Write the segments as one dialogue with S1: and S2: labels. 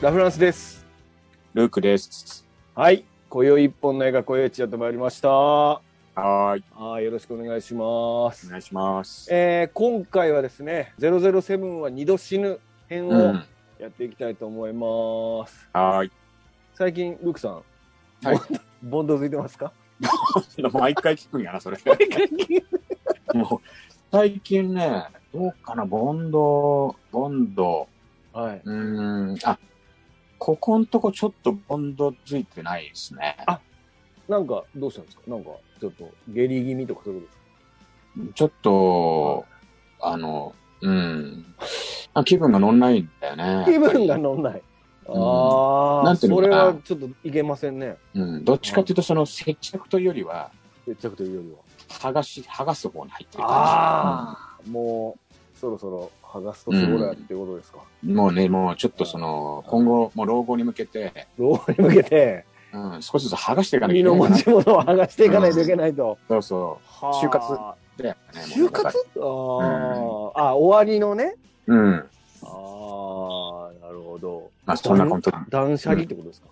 S1: ラフランスです。
S2: ルークです。
S1: はい。今宵一本の映画、今宵一やってまいりました。は
S2: はーい。
S1: い。よろしくお願いします
S2: お。願いします。
S1: えー、今回はですね、007は二度死ぬ編
S2: う
S1: を
S2: ん。
S1: やっていきたいと思います。
S2: はーい。
S1: 最近、ルークさん、
S2: はい
S1: ボンド付いてますか
S2: 毎回聞くんやな、それ。 もう、最近ね、どうかな、ボンド、ボンド、
S1: はい。
S2: うーん、あ、ここんとこちょっとボンドついてないですね。
S1: あなんか、どうしたんですかなんか、ちょっと、下痢気味とかそういうことですか
S2: ちょっと、あの、うん、あ気分が乗んないんだよね。
S1: 気分が乗んない。あ
S2: な
S1: あ、
S2: んていう
S1: そ
S2: の
S1: れ
S2: かな
S1: はちょっといけませんね。
S2: うん、どっちかっていうと、その接着というよりは、
S1: めっちゃくというよりは。
S2: 剥がし、剥がす方に入ってる感じ。
S1: ああ、もう、そろそろ剥がすとそこらっていうことですか。
S2: もうね、もうちょっとその、今後、もう老後に向けて、
S1: 老後に向けて、
S2: うん、少しずつ剥がしていかなきゃ
S1: 身
S2: いけ
S1: の
S2: ない
S1: 持
S2: な。
S1: ち物を剥がしていかないといけないと。
S2: そうそ
S1: はあ
S2: 就活う。で、ね、も
S1: 就
S2: うだから
S1: 活あー、あ、終わりのね。
S2: うん。
S1: ああ、なるほど。
S2: まあ、そんな本当に、
S1: 断捨離ってことです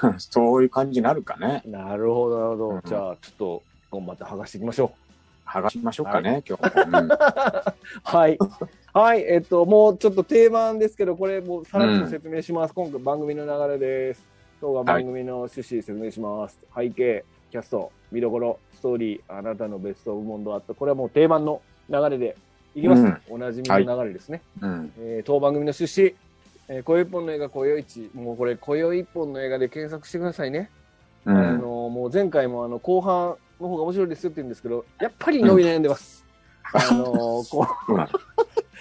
S1: か、
S2: そういう感じになるかね。
S1: なるほど、なるほど。
S2: うん
S1: じゃあ、ちょっと、頑張って剥がしていきましょ
S2: 剥がしましょうかね、今日も。うん
S1: う。 はい。はい、えっと、もうちょっと定番ですけど、これもうさらっと説明します。今回番組の流れです。動画番組の趣旨説明します。背景、キャスト、見どころ、ストーリー、あなたのベストオブモンドアット。これはもう定番の流れでいきます。
S2: うん
S1: おなじみの流れですね。
S2: うん。
S1: えー当番組の趣旨、えー、今宵一本の映画、今宵一。もうこれ、今宵一本の映画で検索してくださいね。
S2: う
S1: あの
S2: ん。
S1: もう前回もあの後半の方が面白いですよって言うんですけど、やっぱり伸び悩んで ます。あのこう
S2: そうなん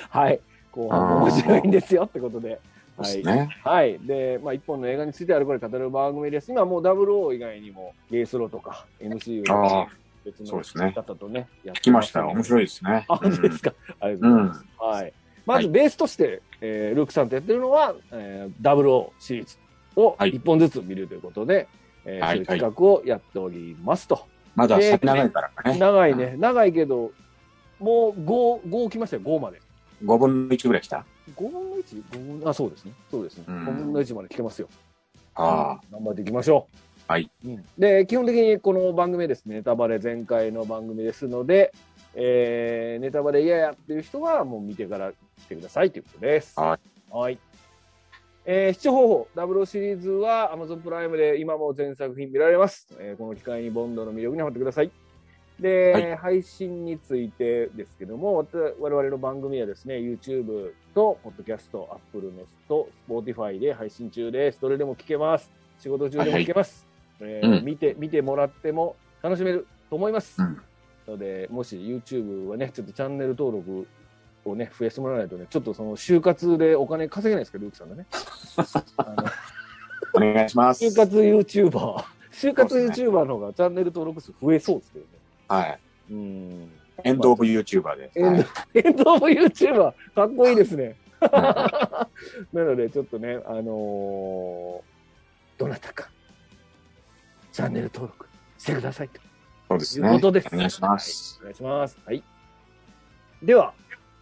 S1: はい、後半も面白いんですよってことで。
S2: で
S1: は
S2: す
S1: い。
S2: ね。
S1: はい。で、まあ、一本の映画についてあれこれ語る番組です。今もう WO 以外にも、ゲイスローとか、MCU と
S2: あ
S1: か
S2: あ、
S1: 別
S2: そうですね
S1: 方とね、やっ
S2: 聞きました。面
S1: い。
S2: 白いですね。
S1: あ、本当ですか。ありがとうございます。はい。まず、ベースとして、えールークさんとやってるのは、えー、WO シリーズを
S2: はい
S1: 一本ずつ見るということで、えー
S2: はい
S1: そういう企画をやっておりますと。
S2: まだ先長いからかね。
S1: 長いね、長いけど、もう5、5来ましたよ、5まで。
S2: 5分の1ぐらい来た。
S1: 5分の 1? 5分のあ、そうですね。そうですね。
S2: うん
S1: 5分の1まで来てますよ。
S2: ああ。
S1: 頑張っていきましょう。
S2: はい
S1: うん。で、基本的にこの番組はですね、ネタバレ全開の番組ですので、えー、ネタバレ嫌やっていう人はもう見てから来てくださいということです。。
S2: はい
S1: はい。えー、視聴方法、00シリーズは Amazon プライムで今も全作品見られます。えーこの機会にボンドの魅力にハマってください。で、
S2: は
S1: 配信についてですけども、わた我々の番組はですね、YouTube と、Podcast、Apple のと、Spotify で配信中です。どれでも聞けます。仕事中でも聞けます。えー
S2: うん
S1: 見て、見てもらっても楽しめると思います。
S2: うん
S1: なので、もし YouTube はね、ちょっとチャンネル登録をね、増やしてもらわないとね、ちょっとその就活でお金稼げないですけど、ルークさんがね。あの
S2: お願いします。
S1: 就活 YouTuber、就活
S2: そうですね
S1: YouTuber の方がチャンネル登録数増えそうですけどね。
S2: はい。
S1: うん。
S2: エンドオブ YouTuber で。
S1: エンド、エンドオブ YouTuber、かっこいいですね。
S2: はい
S1: なので、ちょっとね、あのーどなたか、チャンネル登録してくださいと
S2: そうです
S1: いうこ
S2: ね。
S1: とです。
S2: お願いしま
S1: はい。
S2: す
S1: お願いします。はい。では、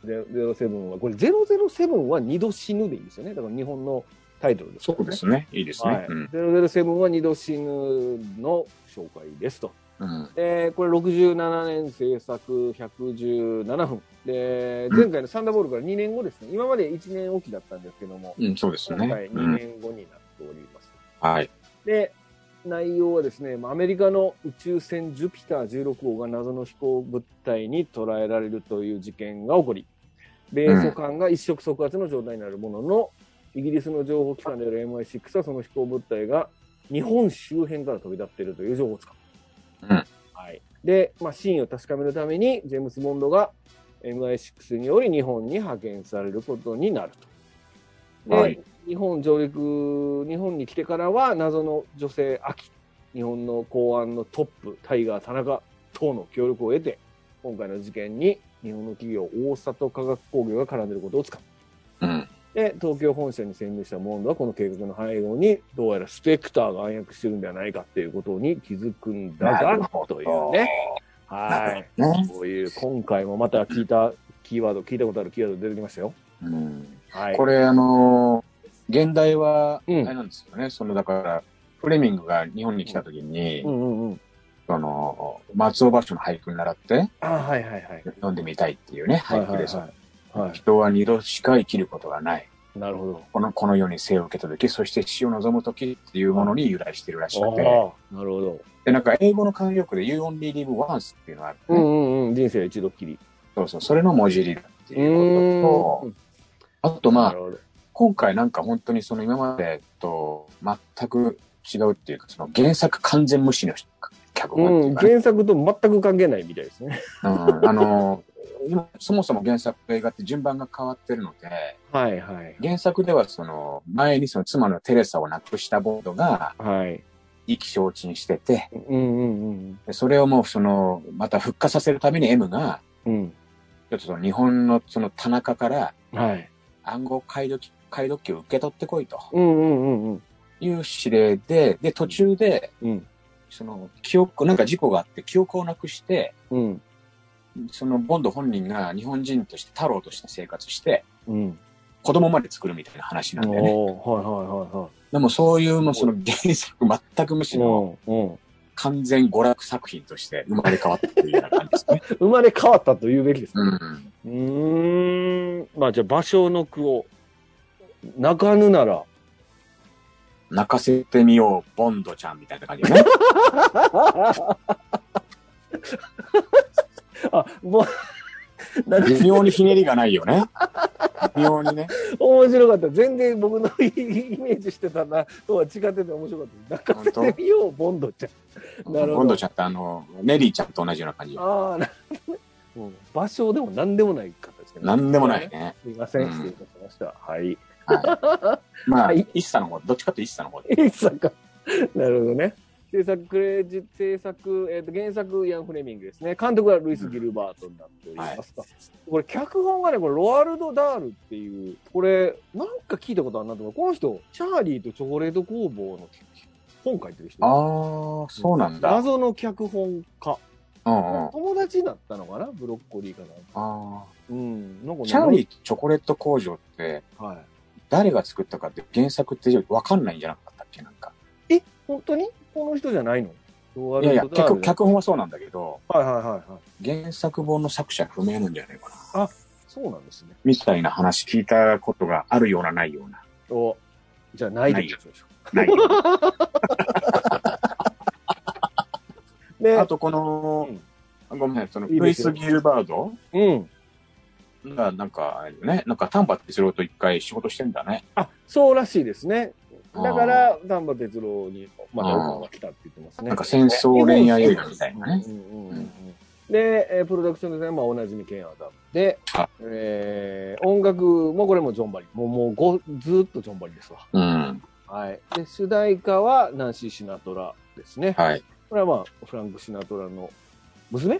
S1: ゼロゼロ007は、これ007は二度死ぬでいいんですよね。だから日本のタイトルです、
S2: そうですね。いいです
S1: はい
S2: ね。うん。
S1: 007は二度死ぬの紹介ですと。
S2: うん。
S1: えーこれ67年制作117分。で、
S2: うん
S1: 前回のサンダーボールから2年後ですね。今まで1年おきだったんですけども、
S2: うん、そうです
S1: 今
S2: ね。
S1: 回
S2: う
S1: 2
S2: ん、
S1: 年後になっております。
S2: はい。
S1: で、内容はですね、まあアメリカの宇宙船ジュピター16号が謎の飛行物体に捉えられるという事件が起こり、米ソ間が一触即発の状態になるものの、イギリスの情報機関である MI6 はその飛行物体が日本周辺から飛び立っているという情報をつかむ。
S2: うん
S1: はい、で、まあ、真意を確かめるために、ジェームス・ボンドが MI6 により日本に派遣されることになると。で、
S2: はい
S1: 日本上陸、日本に来てからは謎の女性、アキ、日本の公安のトップ、タイガー、田中等の協力を得て、今回の事件に日本の企業、大里化学工業が絡んでいることをつかむ。
S2: うん。
S1: で、東京本社に潜入したモンドは、この計画の背後に、どうやらスペクターが暗躍してるんではないかっていうことに気づくんだ
S2: な
S1: が
S2: るほ、ど
S1: というね。はい。
S2: ね。
S1: こういう、今回もまた聞いたキーワード、聞いたことあるキーワード出てきましたよ。
S2: うん。
S1: はい。
S2: これ、あのー現代は、あ
S1: うん
S2: れなんですよね。その、だから、フレミングが日本に来た時に、
S1: うんうんうん。
S2: その、松尾芭蕉の俳句に習って、
S1: ああ、はいはいはい。
S2: 読んでみたいっていうね、俳句でさ、
S1: はいはいはい。は
S2: 人は二度しか生きることがない。
S1: い。なるほ
S2: この、この世に生を受けた時、そして死を望む時っていうものに由来してるらしくて、
S1: ど。ああ、なるほど。
S2: で、なんか英語の慣用句で You only live once っていうのがあって、
S1: うんうんうん。人生一度きり。
S2: そうそう、それの文字入りだっていうことと、あとま
S1: な
S2: あ
S1: る、ほど。
S2: 今回なんか本当にその今までと全く違うっていうか、その原作完全無視の脚本っ
S1: う、
S2: ていうんかね、
S1: 原作と全く関係ないみたいですね。
S2: うんあの、今そもそも原作と映画って順番が変わってるので、
S1: はいはい。
S2: 原作ではその前にその妻のテレサを亡くしたボードが
S1: はい。
S2: 意気消沈してて、
S1: うんうん
S2: でそれをもうその、また復活させるために M が、
S1: うん。
S2: ちょっとその日本のその田中から
S1: うん。はい。
S2: 暗号解読機解読機を受け取ってこいと
S1: うんうんうんうん。
S2: いう指令で、で、途中で、
S1: うん。
S2: その、記憶、なんか事故があって、記憶をなくして、
S1: うん。
S2: そのボンド本人が日本人として、太郎として生活して、
S1: うん。
S2: 子供まで作るみたいな話なんだよね。
S1: おーはいはいはいはい。
S2: でもそういう、もうその原作全く無視の
S1: うんうん
S2: 完全娯楽作品として生まれ変わったというような感じです ね。
S1: 生まれ変わったと言うべきですね。
S2: うん。
S1: うーん。まあじゃあ、芭蕉の句を、泣かぬなら、
S2: 泣かせてみよう、ボンドちゃんみたいな感 じだね。
S1: あ、もう、なんか
S2: 微妙にひねりがない よね。微妙にね。
S1: 面白かった。全然僕のイメージしてたなとは違ってて面白かった。泣かせてみよう、ボンドちゃん。なるほど。
S2: ボンドちゃんってあの、ネリーちゃんと同じような感じよ。
S1: ああ、なるほどね。もう芭蕉でも何でもない方ですね。
S2: なんでもない。ね。
S1: すいませ、
S2: うんん
S1: 失礼いたしました。はい。
S2: まあ、
S1: はい
S2: 一茶の方、どっちかって一茶の方で。
S1: え、さか。なるほどね。制作、クレジット、制作、えっ、と、原作、イアン・フレミングですね。監督はルイス・ギルバートになっておりますか。これ、脚本がね、これ、ロアルド・ダールっていう、これ、なんか聞いたことあるなと思う。この人、チャーリーとチョコレート工房の本書いてる人。
S2: ああ、そうなんだ。
S1: 謎の脚本家。
S2: うんうん。あ
S1: 友達だったのかなブロッコリーかなんか。
S2: あ
S1: うん。なんか
S2: ー。
S1: ね
S2: チャーリーチョコレート工場って、
S1: はい。
S2: 誰が作ったかって原作ってわかんないんじゃなかったっけなんか。
S1: え、本当にこの人じゃないのロア
S2: いやいや、
S1: ルド
S2: 結
S1: ダー
S2: 構
S1: ル
S2: 脚本はそうなんだけど、
S1: はいはいはいはい。
S2: 原作本の作者不明なんじゃないかな。
S1: そうなんですね。
S2: みたいな話聞いたことがあるようなないような。
S1: お、じゃあないでしょ。
S2: ないような
S1: で、
S2: あとこの、ごめん、その、
S1: いい
S2: ルイ
S1: です
S2: ス・
S1: よ
S2: ギルバード
S1: うん。
S2: が、なんか、あれよね、なんか丹波哲郎と一回仕事してんだね。
S1: あ、そうらしいですね。だから、丹波哲郎にまたオファーが来たって言ってますね。
S2: なんか戦争恋愛映画みたいなね。
S1: うんうんうんうんで、えープロダクションデザインはおなじみケンアダムで
S2: あ、
S1: えー音楽もこれもジョンバリ。もう、もうご、ずーっとジョンバリですわ。
S2: うん。
S1: はい。で、主題歌はナンシー・シナトラですね。
S2: はい。
S1: これはまあ、フランク・シナトラの娘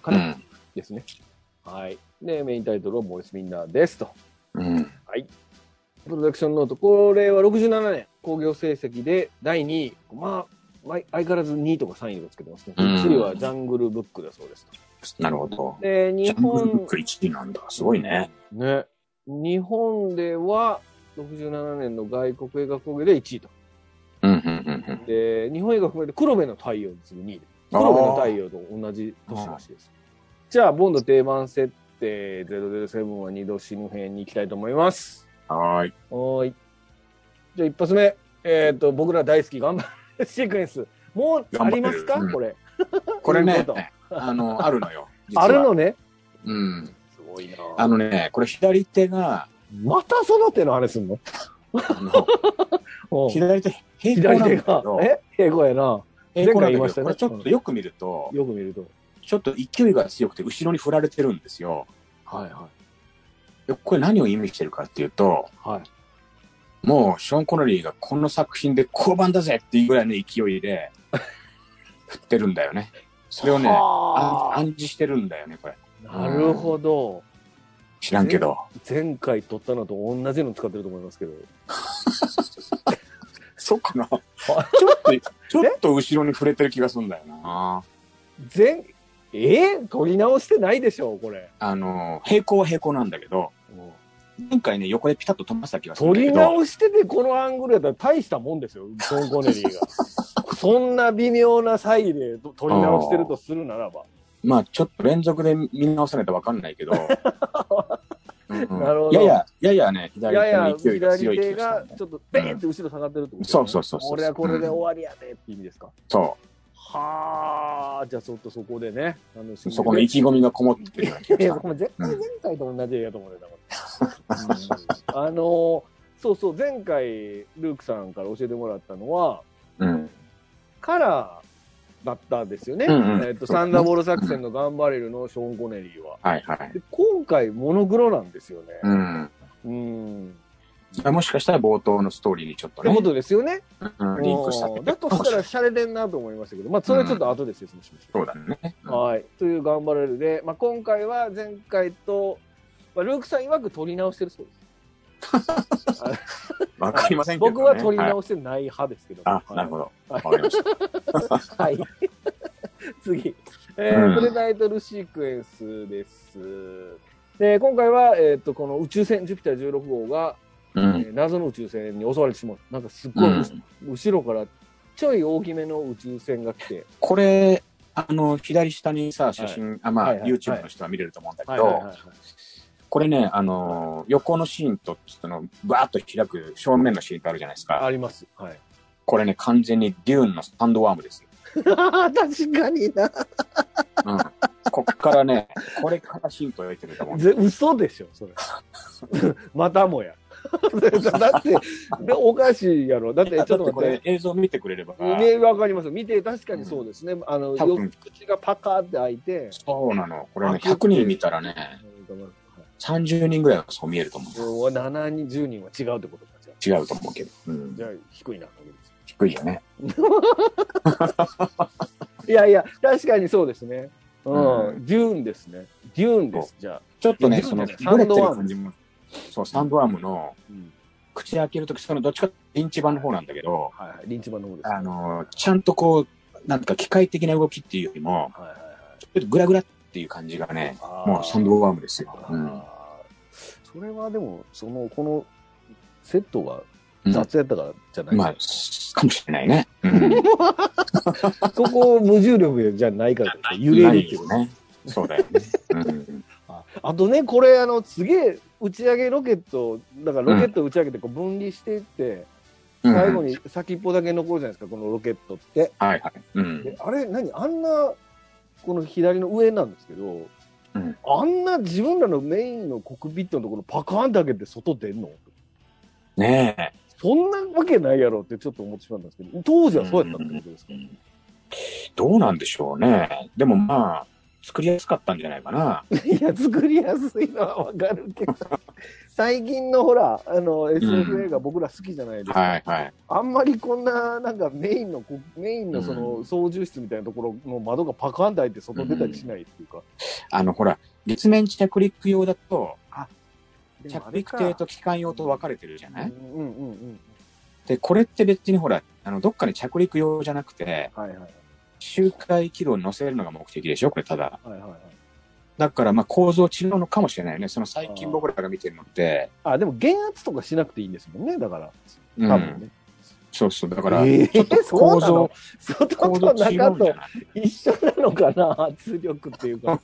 S1: か
S2: う
S1: な、
S2: ん。
S1: ですね。はい。で、メインタイトルはモーリス・ミンナーですと。
S2: うん。
S1: プロダクションノート。これは67年、興行成績で第2位。まあ、まあ相変わらず2位とか3位とかつけてますね。
S2: うん
S1: 1位はジャングルブックだそうですと。
S2: なるほど。
S1: で、
S2: ジ
S1: 日
S2: ャングルブッ
S1: 本
S2: ク、1位なんだ。すごいね。
S1: ね。日本では、67年の外国映画興行で1位と。
S2: うん、うん、うん。
S1: で、日本映画含めて黒部の太陽に次ぐ2位で。
S2: あー
S1: 黒部の太陽と同じ年らしいです。じゃあ、ボンド定番設定007は二度死ぬ編に行きたいと思います。
S2: はーい。
S1: はーい。じゃあ、一発目。えっ、と、僕ら大好き、頑張れシークエンス。もうありますか、
S2: 頑張ってるうん
S1: これ。と
S2: これ
S1: い
S2: ね
S1: うこと、
S2: あの、ある のよ。実は
S1: あるのね。
S2: うん。
S1: すごいな
S2: あのね、これ左手が、
S1: またその手のあれすんの
S2: あ の、
S1: うん
S2: 左手、平
S1: 左
S2: 行なん
S1: 手
S2: だけ
S1: が
S2: ど。、
S1: え平行やな。
S2: 平行な
S1: 前回言
S2: んだ
S1: いま
S2: け
S1: したね
S2: ど、これちょっとよく見ると、
S1: よく見ると。
S2: ちょっと勢いが強くて後ろに振られてるんですよ。
S1: はいは
S2: でこれ何を意味してるかっていうと、
S1: い。はい。
S2: もうショーン・コネリーがこの作品で降板だぜっていうぐらいの勢 いで振ってるんだよね。それをね、
S1: は
S2: 暗暗示してるんだよね、これ。
S1: あなるほど。
S2: 知らんけど。
S1: 前回撮ったのと同じの使ってると思いますけど。
S2: そうかな。ちょ っと、ちょっと後ろに触れてる気がするんだよな。
S1: 前、えー、撮り直してないでしょう、これ。
S2: あの、平行は平行なんだけど、前回ね、横でピタッと止ました気がするん
S1: 撮
S2: だけ
S1: り
S2: ど、
S1: 直しててこのアングルやったら大したもんですよ、ジョン・コネリーが。 そんな微妙な差異で撮り直してるとするならば。
S2: まあちょっと連続で見直さないとわかんないけ ど、うんうん
S1: なるほど
S2: やや、ややね、
S1: い
S2: 左
S1: やい
S2: 手
S1: や
S2: の、勢いが強
S1: 左
S2: い気
S1: 手
S2: がした
S1: が
S2: んだよ、
S1: ちょっとベーンって後ろ下がってるってことです
S2: そ
S1: よ
S2: う
S1: ね
S2: そうそうそう
S1: 俺はこれで終わりやでって意味ですか。
S2: そ
S1: はあ、じゃあちょっとそこでね、あの
S2: う、そこの意気込みがこもってるような気
S1: い
S2: がし
S1: や、
S2: た
S1: 僕。も絶対前回と同じ映画と思うんだよなこれうんあのーそうそう、前回、ルークさんから教えてもらったのは、
S2: うん、
S1: カラーだったんですよね。
S2: うんうん
S1: えっと、サンダーボール作戦のガンバレルのショーン・コネリーは。
S2: はいはい。
S1: で今回、モノクロなんですよ
S2: う
S1: ね。
S2: ん。
S1: うん。
S2: もしかしたら冒頭のストーリーにちょっと
S1: って
S2: ね
S1: こ、とですよね。
S2: うんリンクしたって
S1: うんだとしたら、洒落てんなと思いましたけど、まあ、それはちょっと後で説明しましょう。
S2: そうだね。
S1: はい。という頑張れるで、まあ、今回は前回と、まあ、ルークさん曰く撮り直してるそうです。
S2: わかりませんけど、ね。
S1: 僕は撮り
S2: はい
S1: 直してない派ですけど。
S2: あ、なるほ
S1: ど。
S2: ど。わかりました。
S1: はい。 次。えー
S2: うん
S1: プレダイトルシークエンスです。で、今回は、えっ、と、この宇宙船、ジュピター16号が、
S2: う
S1: え
S2: ん。
S1: ー謎の宇宙船に襲われてしまう。なんかすっご
S2: う
S1: い、
S2: ん、
S1: 後ろからちょい大きめの宇宙船が来て、
S2: これ、あの、左下にさ、写真、あまあ、
S1: はいはい
S2: YouTube の人は見れると思うんだけ
S1: はい
S2: ど、
S1: はいはいはい
S2: これね、あのー横のシーンと、その、バーッと開く正面のシーンがあるじゃないですか。
S1: あります。はい。
S2: これね、完全にデューンのサンドワームです よ。
S1: 確かにな。
S2: うん。こっからね、これからヒントを得てると思うんだ
S1: ぜ嘘でしょ、それ。 またもや。 だって、でおかしいやろ。だって、ちょっ
S2: ちょっ
S1: と
S2: とこ
S1: 待っ
S2: れ
S1: て。
S2: 映像見てくれれば、
S1: ね、わかります。見て、確かにそうですね。あの、
S2: 多分
S1: よ口がパカーって開いて。
S2: そうなの。これね、
S1: あ
S2: 100人見たらね、30人ぐらいはそう見えると思う。
S1: もう7人、10人は違うってことか。じゃあ、
S2: 違うと思うけど。うん
S1: じ。ゃあ低いな。確率
S2: 低いよね。
S1: いやいや、確かにそうですね。うん。
S2: う
S1: デューンですね。デューンです。じゃあ。
S2: ちょっとね、
S1: デュ
S2: そ
S1: ーンじゃ
S2: の、
S1: ない
S2: ブレてる感じも。そう、サンドワームの、
S1: うん
S2: 口開けるとき、その、どっちかっていうとリンチ版の方なんだけど、
S1: はいはい。リンチマンの方です。
S2: あのー、ちゃんとこう、なんか機械的な動きっていうよりも、
S1: はいはいはい。
S2: ちょっとグラグラっていう感じがね、
S1: あー
S2: もうサンドワームですよ。うん。
S1: あーそれはでも、その、このセットが
S2: うん
S1: 雑やったからじゃない、
S2: まあ、かもしれないね。うん。
S1: そこを無重力じゃないからですよ揺れるっていう
S2: ないよね。そうだよね。うん。
S1: ああとね、これ、あの、すげえ、打ち上げロケット、だからロケット打ち上げてこう分離していって、
S2: うん
S1: 最後。に先っぽだけ残るじゃないですか、このロケットって。
S2: はいはい。うん。
S1: であれ、何あんな、この左の上なんですけど、
S2: うん
S1: あんな自分らのメインのコックピットのところパカーンって開けて外出んの
S2: ねえ。
S1: そんなわけないやろってちょっと思ってしまったんですけど、当時はそうやったってことですか、
S2: うんどうなんでしょうね。でもまあ、作りやすかったんじゃないかな。
S1: いや、作りやすいのはわかるけど、最近のほら、あの、SF 映画僕ら好きじゃないですか。
S2: はいはい。
S1: あんまりこんな、なんかメインのこ、メインのその
S2: う
S1: 操縦室みたいなところの窓がパカンと開いて外出たりしないっていうか。
S2: あの、ほら、月面着陸用だと、
S1: でもあ
S2: 着
S1: れ
S2: 陸
S1: か
S2: 艇と機関用と分かれてるじゃない、
S1: うんうんうんうん。
S2: で、これって別にほら、あの、どっかに着陸用じゃなくて、
S1: はいはいはい
S2: 周回軌道に乗せるのが目的でしょこれただ。
S1: はいはいはい。
S2: だからまあ構造違うのかもしれないよね。その最近僕らが見てるのって、
S1: あ、でも減圧とかしなくていいんですもんね、だから。
S2: う
S1: 多分
S2: ん、
S1: ね。
S2: そうそう。だ
S1: え
S2: から、
S1: え
S2: ちょ っと構造、
S1: そうなの
S2: 構
S1: 外と
S2: 造違
S1: 中
S2: うんじ
S1: と
S2: ゃない
S1: 一緒なのかな圧力っていうか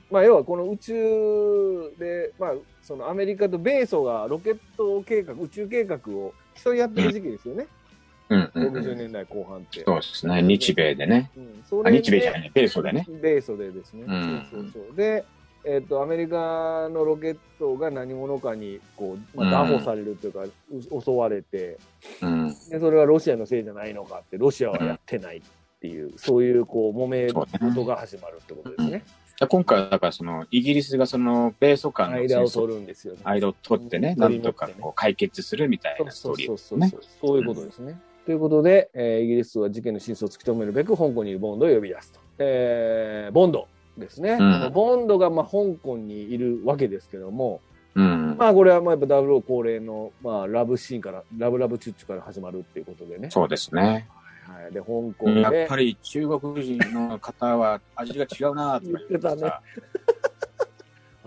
S1: まあ要はこの宇宙で、まあ、そのアメリカと米ソがロケット計画宇宙計画を競い合ってる時期ですよね、
S2: うんうん、う
S1: 60
S2: ん。
S1: 年代後半って、
S2: そうですね。日米でね。
S1: うん、そ
S2: あ
S1: れで
S2: 日米じゃないね。米ソでね。
S1: 米ソでですね、
S2: うん
S1: そうそうそうで、えっとアメリカのロケットが何者かにこう、まあ、
S2: うん
S1: ダボされるというか、う襲われて、
S2: うん。
S1: でそれはロシアのせいじゃないのかってロシアはやってないっていう、そういうこう揉め事が始まるってことですね。
S2: で今回はだからそのイギリスがその米ソ間の戦
S1: 間を
S2: 争
S1: 取るんですよね。
S2: 間を取ってね、なんとかこう解決するみたい
S1: そう
S2: なス
S1: そ
S2: トー
S1: う
S2: リ
S1: そうそ
S2: ー
S1: う、
S2: ね。
S1: そういうことですね。ということで、えーイギリスは事件の真相を突き止めるべく香港にいるボンドを呼び出すと。えーボンドですね。
S2: うん
S1: ボンドがまあ香港にいるわけですけども、
S2: うん。
S1: まあこれはまあやっぱ00恒例のまあラブシーンから、ラブラブチュッチュから始まるっていうことでね。
S2: そうですね。
S1: はい、で、香港で。
S2: やっぱり中国人の方は味が違うなーって言われてさ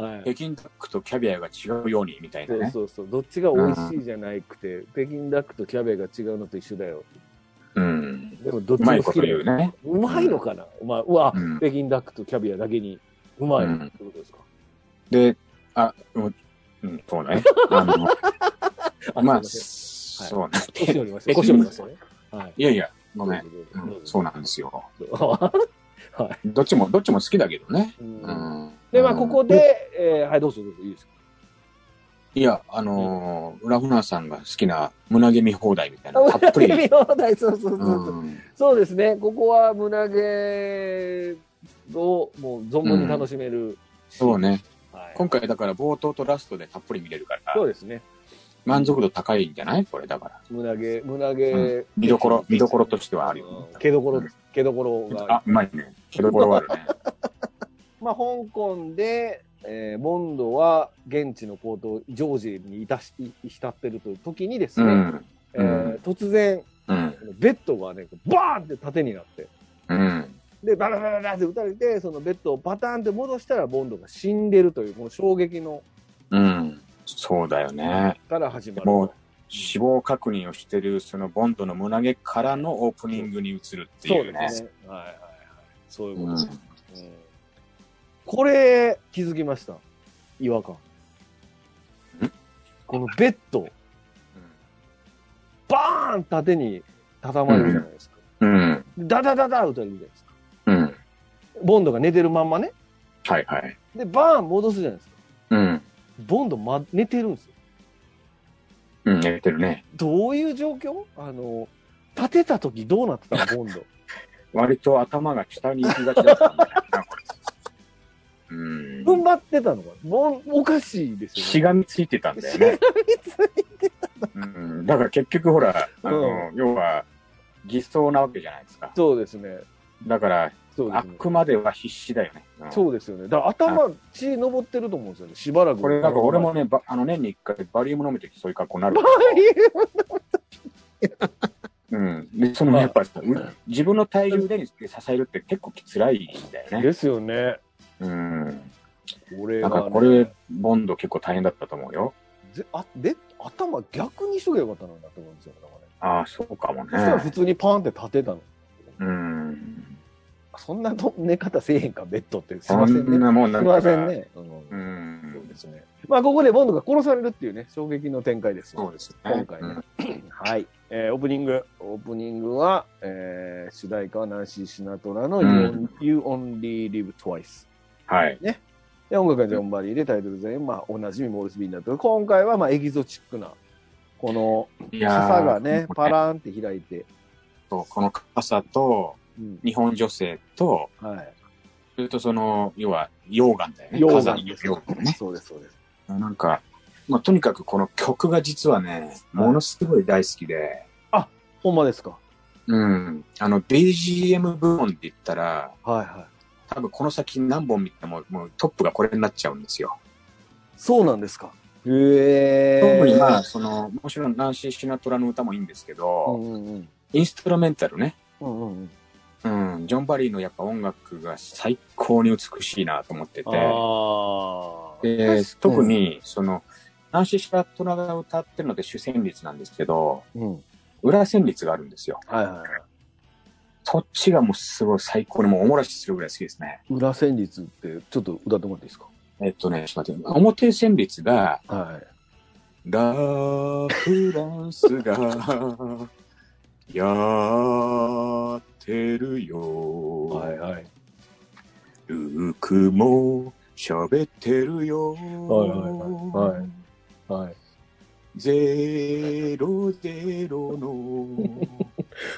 S1: はい。
S2: 北京ダックとキャビアが違うようにみたいな
S1: そう
S2: ね。
S1: そうそう。どっちが美味しいじゃないくて、北京ダックとキャベが違うのと一緒だよ。
S2: うん。
S1: でもどっ
S2: う
S1: ち
S2: まい
S1: も
S2: こ
S1: 好
S2: と
S1: きだ
S2: 言
S1: よ
S2: う。ね。
S1: うまいのかなうまい。うわ
S2: う、ん、
S1: 北京ダックとキャビアだけに、うまい
S2: うん
S1: ってことですか。
S2: で、あ、うん、うんそ うね。あの、まあ、
S1: す
S2: そうね。
S1: いません腰折りました。腰折りましたね。はい。
S2: いやいや、ごめん。
S1: どうぞ
S2: う
S1: どうぞ
S2: んそうなんですよ。
S1: は
S2: どっちも、どっちも好きだけどね。
S1: い。
S2: うん。
S1: で、まあ、ここで、えーはい、どうぞどうぞ、いいですか。
S2: いや、あのー、ラフナーさんが好きな胸毛見放題みたいな、たっぷ
S1: 胸毛
S2: り。
S1: 見放題そうそうそうそうう。
S2: ん。
S1: そうですね、ここは胸毛をもう存分に楽しめる。
S2: そうね。
S1: はい、
S2: 今回だから冒頭とラストでたっぷり見れるから
S1: そ、うですね、
S2: 満足度高いんじゃないこれだから。
S1: 胸毛、胸毛。
S2: 見どころ、見どころとしてはあるよ
S1: うん。毛どころです。毛どころが。
S2: あ、うまいね。けどころはある ね。
S1: まあ、香港で、えーボンドは現地の行動、ジョージにいたし浸ってるという時にです
S2: う
S1: ね、
S2: ん。
S1: えー突然、
S2: うん。
S1: ベッドがね、バーンって縦になって、
S2: うん。
S1: で、バラバラバラって撃たれて、そのベッドをバターンって戻したら、ボンドが死んでるという、この衝撃の
S2: うん。そうだよね。
S1: から始まる。
S2: もう死亡確認をしてるそのボンドの胸毛からのオープニングに移るって
S1: そ
S2: いうう
S1: で
S2: ね。
S1: すね。はいはいはい。そういう
S2: う
S1: こと
S2: ん
S1: です。うんこれ、気づきました。違和感。このベッド、バーン縦に畳まれるじゃないですか。
S2: うん。
S1: ダダダダ打たれるじゃないですか。
S2: うん。
S1: ボンドが寝てるまんまね。
S2: はいはい。
S1: で、バーン戻すじゃないですか。
S2: うん。
S1: ボンド、ま、寝てるんですよ。
S2: うん、やってるね。
S1: どういう状況あの、立てた時どうなってたの、ボン ド。
S2: 割と頭が下に行きがちだったんだよ な、これ。うん。
S1: 踏ん張ってたのかなボンおかしいですよね。
S2: しがみついてたんだよね。うん。だから結局ほら、あの、要は、偽装なわけじゃないですか。
S1: そうですね。
S2: だから、
S1: そうで
S2: あ
S1: すね。
S2: くまでは必死だよね。うん
S1: そうですよね。だから頭、血登ってると思うんですよね。しばらく。
S2: これなんか俺もね、ばあの年に一回バリウム飲めてそういう格好に なる。うん。で、そのやっぱ、う自分の体重で支えるって結構辛いんだよね。
S1: ですよね。
S2: うん。
S1: 俺
S2: だ
S1: が、
S2: からこれ、ボンド結構大変だったと思うよ。
S1: ぜあで頭逆にしとけばよかったのになって思うんですよね。だからね
S2: ああ、そうかも
S1: そしたら普
S2: ね。
S1: 通にパーンって立てたの。
S2: うん。
S1: そんなと寝方せえへんか、ベッドって。すい
S2: そ
S1: ません
S2: ん
S1: ね。
S2: なもん
S1: す
S2: ないんか
S1: ません。ね。うん
S2: う。
S1: そうんですね。まあ、ここでボンドが殺されるっていうね、衝撃の展開ですよ。
S2: そうですね。
S1: 今回ね。はい。えーオープニング。オープニングは、えー主題歌はナンシー・シナトラの You
S2: うん
S1: On- You Only Live Twice。
S2: はい。
S1: で、音楽がジョン・バリーでタイトル全員、まあ、おなじみモーリス・ビーになってる今回は、まあ、エキゾチックな、この
S2: い
S1: 傘がね、パ
S2: ッ
S1: ラーンって開いて、
S2: と、この傘と、
S1: うん、
S2: 日本女性と、
S1: はい。
S2: それとその、要は、溶岩だよね。
S1: 溶
S2: 火
S1: 岩
S2: 山
S1: です
S2: 溶岩ね。
S1: そうです、そうです。
S2: なんか、まあ、とにかくこの曲が実はね、ものすごい大好きで、
S1: ほんまですか。
S2: うん。あの、BGM 部門で言ったら、
S1: はいはい。
S2: 多分この先何本見ても、もうトップがこれになっちゃうんですよ。
S1: そうなんですか。へえ。
S2: 特にまあ、その、もちろんナンシー・シナトラの歌もいいんですけ
S1: う
S2: ど、
S1: んうんうん。
S2: インストラメンタルね。
S1: うんうんうん。
S2: うん。ジョン・バリーのやっぱ音楽が最高に美しいなと思ってて、
S1: ああ。
S2: で特に、その、ナンシー・シナトラが歌ってるので主旋律なんですけど、
S1: うん。
S2: 裏旋律があるんですよ。
S1: はいはいはい。
S2: そっちがもうすごい最高にもうおもらしするぐらい好きですね。
S1: 裏旋律って、ちょっと歌ってもらっていいですか。
S2: えっとね、ちょっと待って、表旋律が、
S1: はい。
S2: ラ・フランスが、 やってるよ。
S1: はいはい。
S2: ルークも喋ってるよ。
S1: はいはいはいはいはい。
S2: ゼロゼロの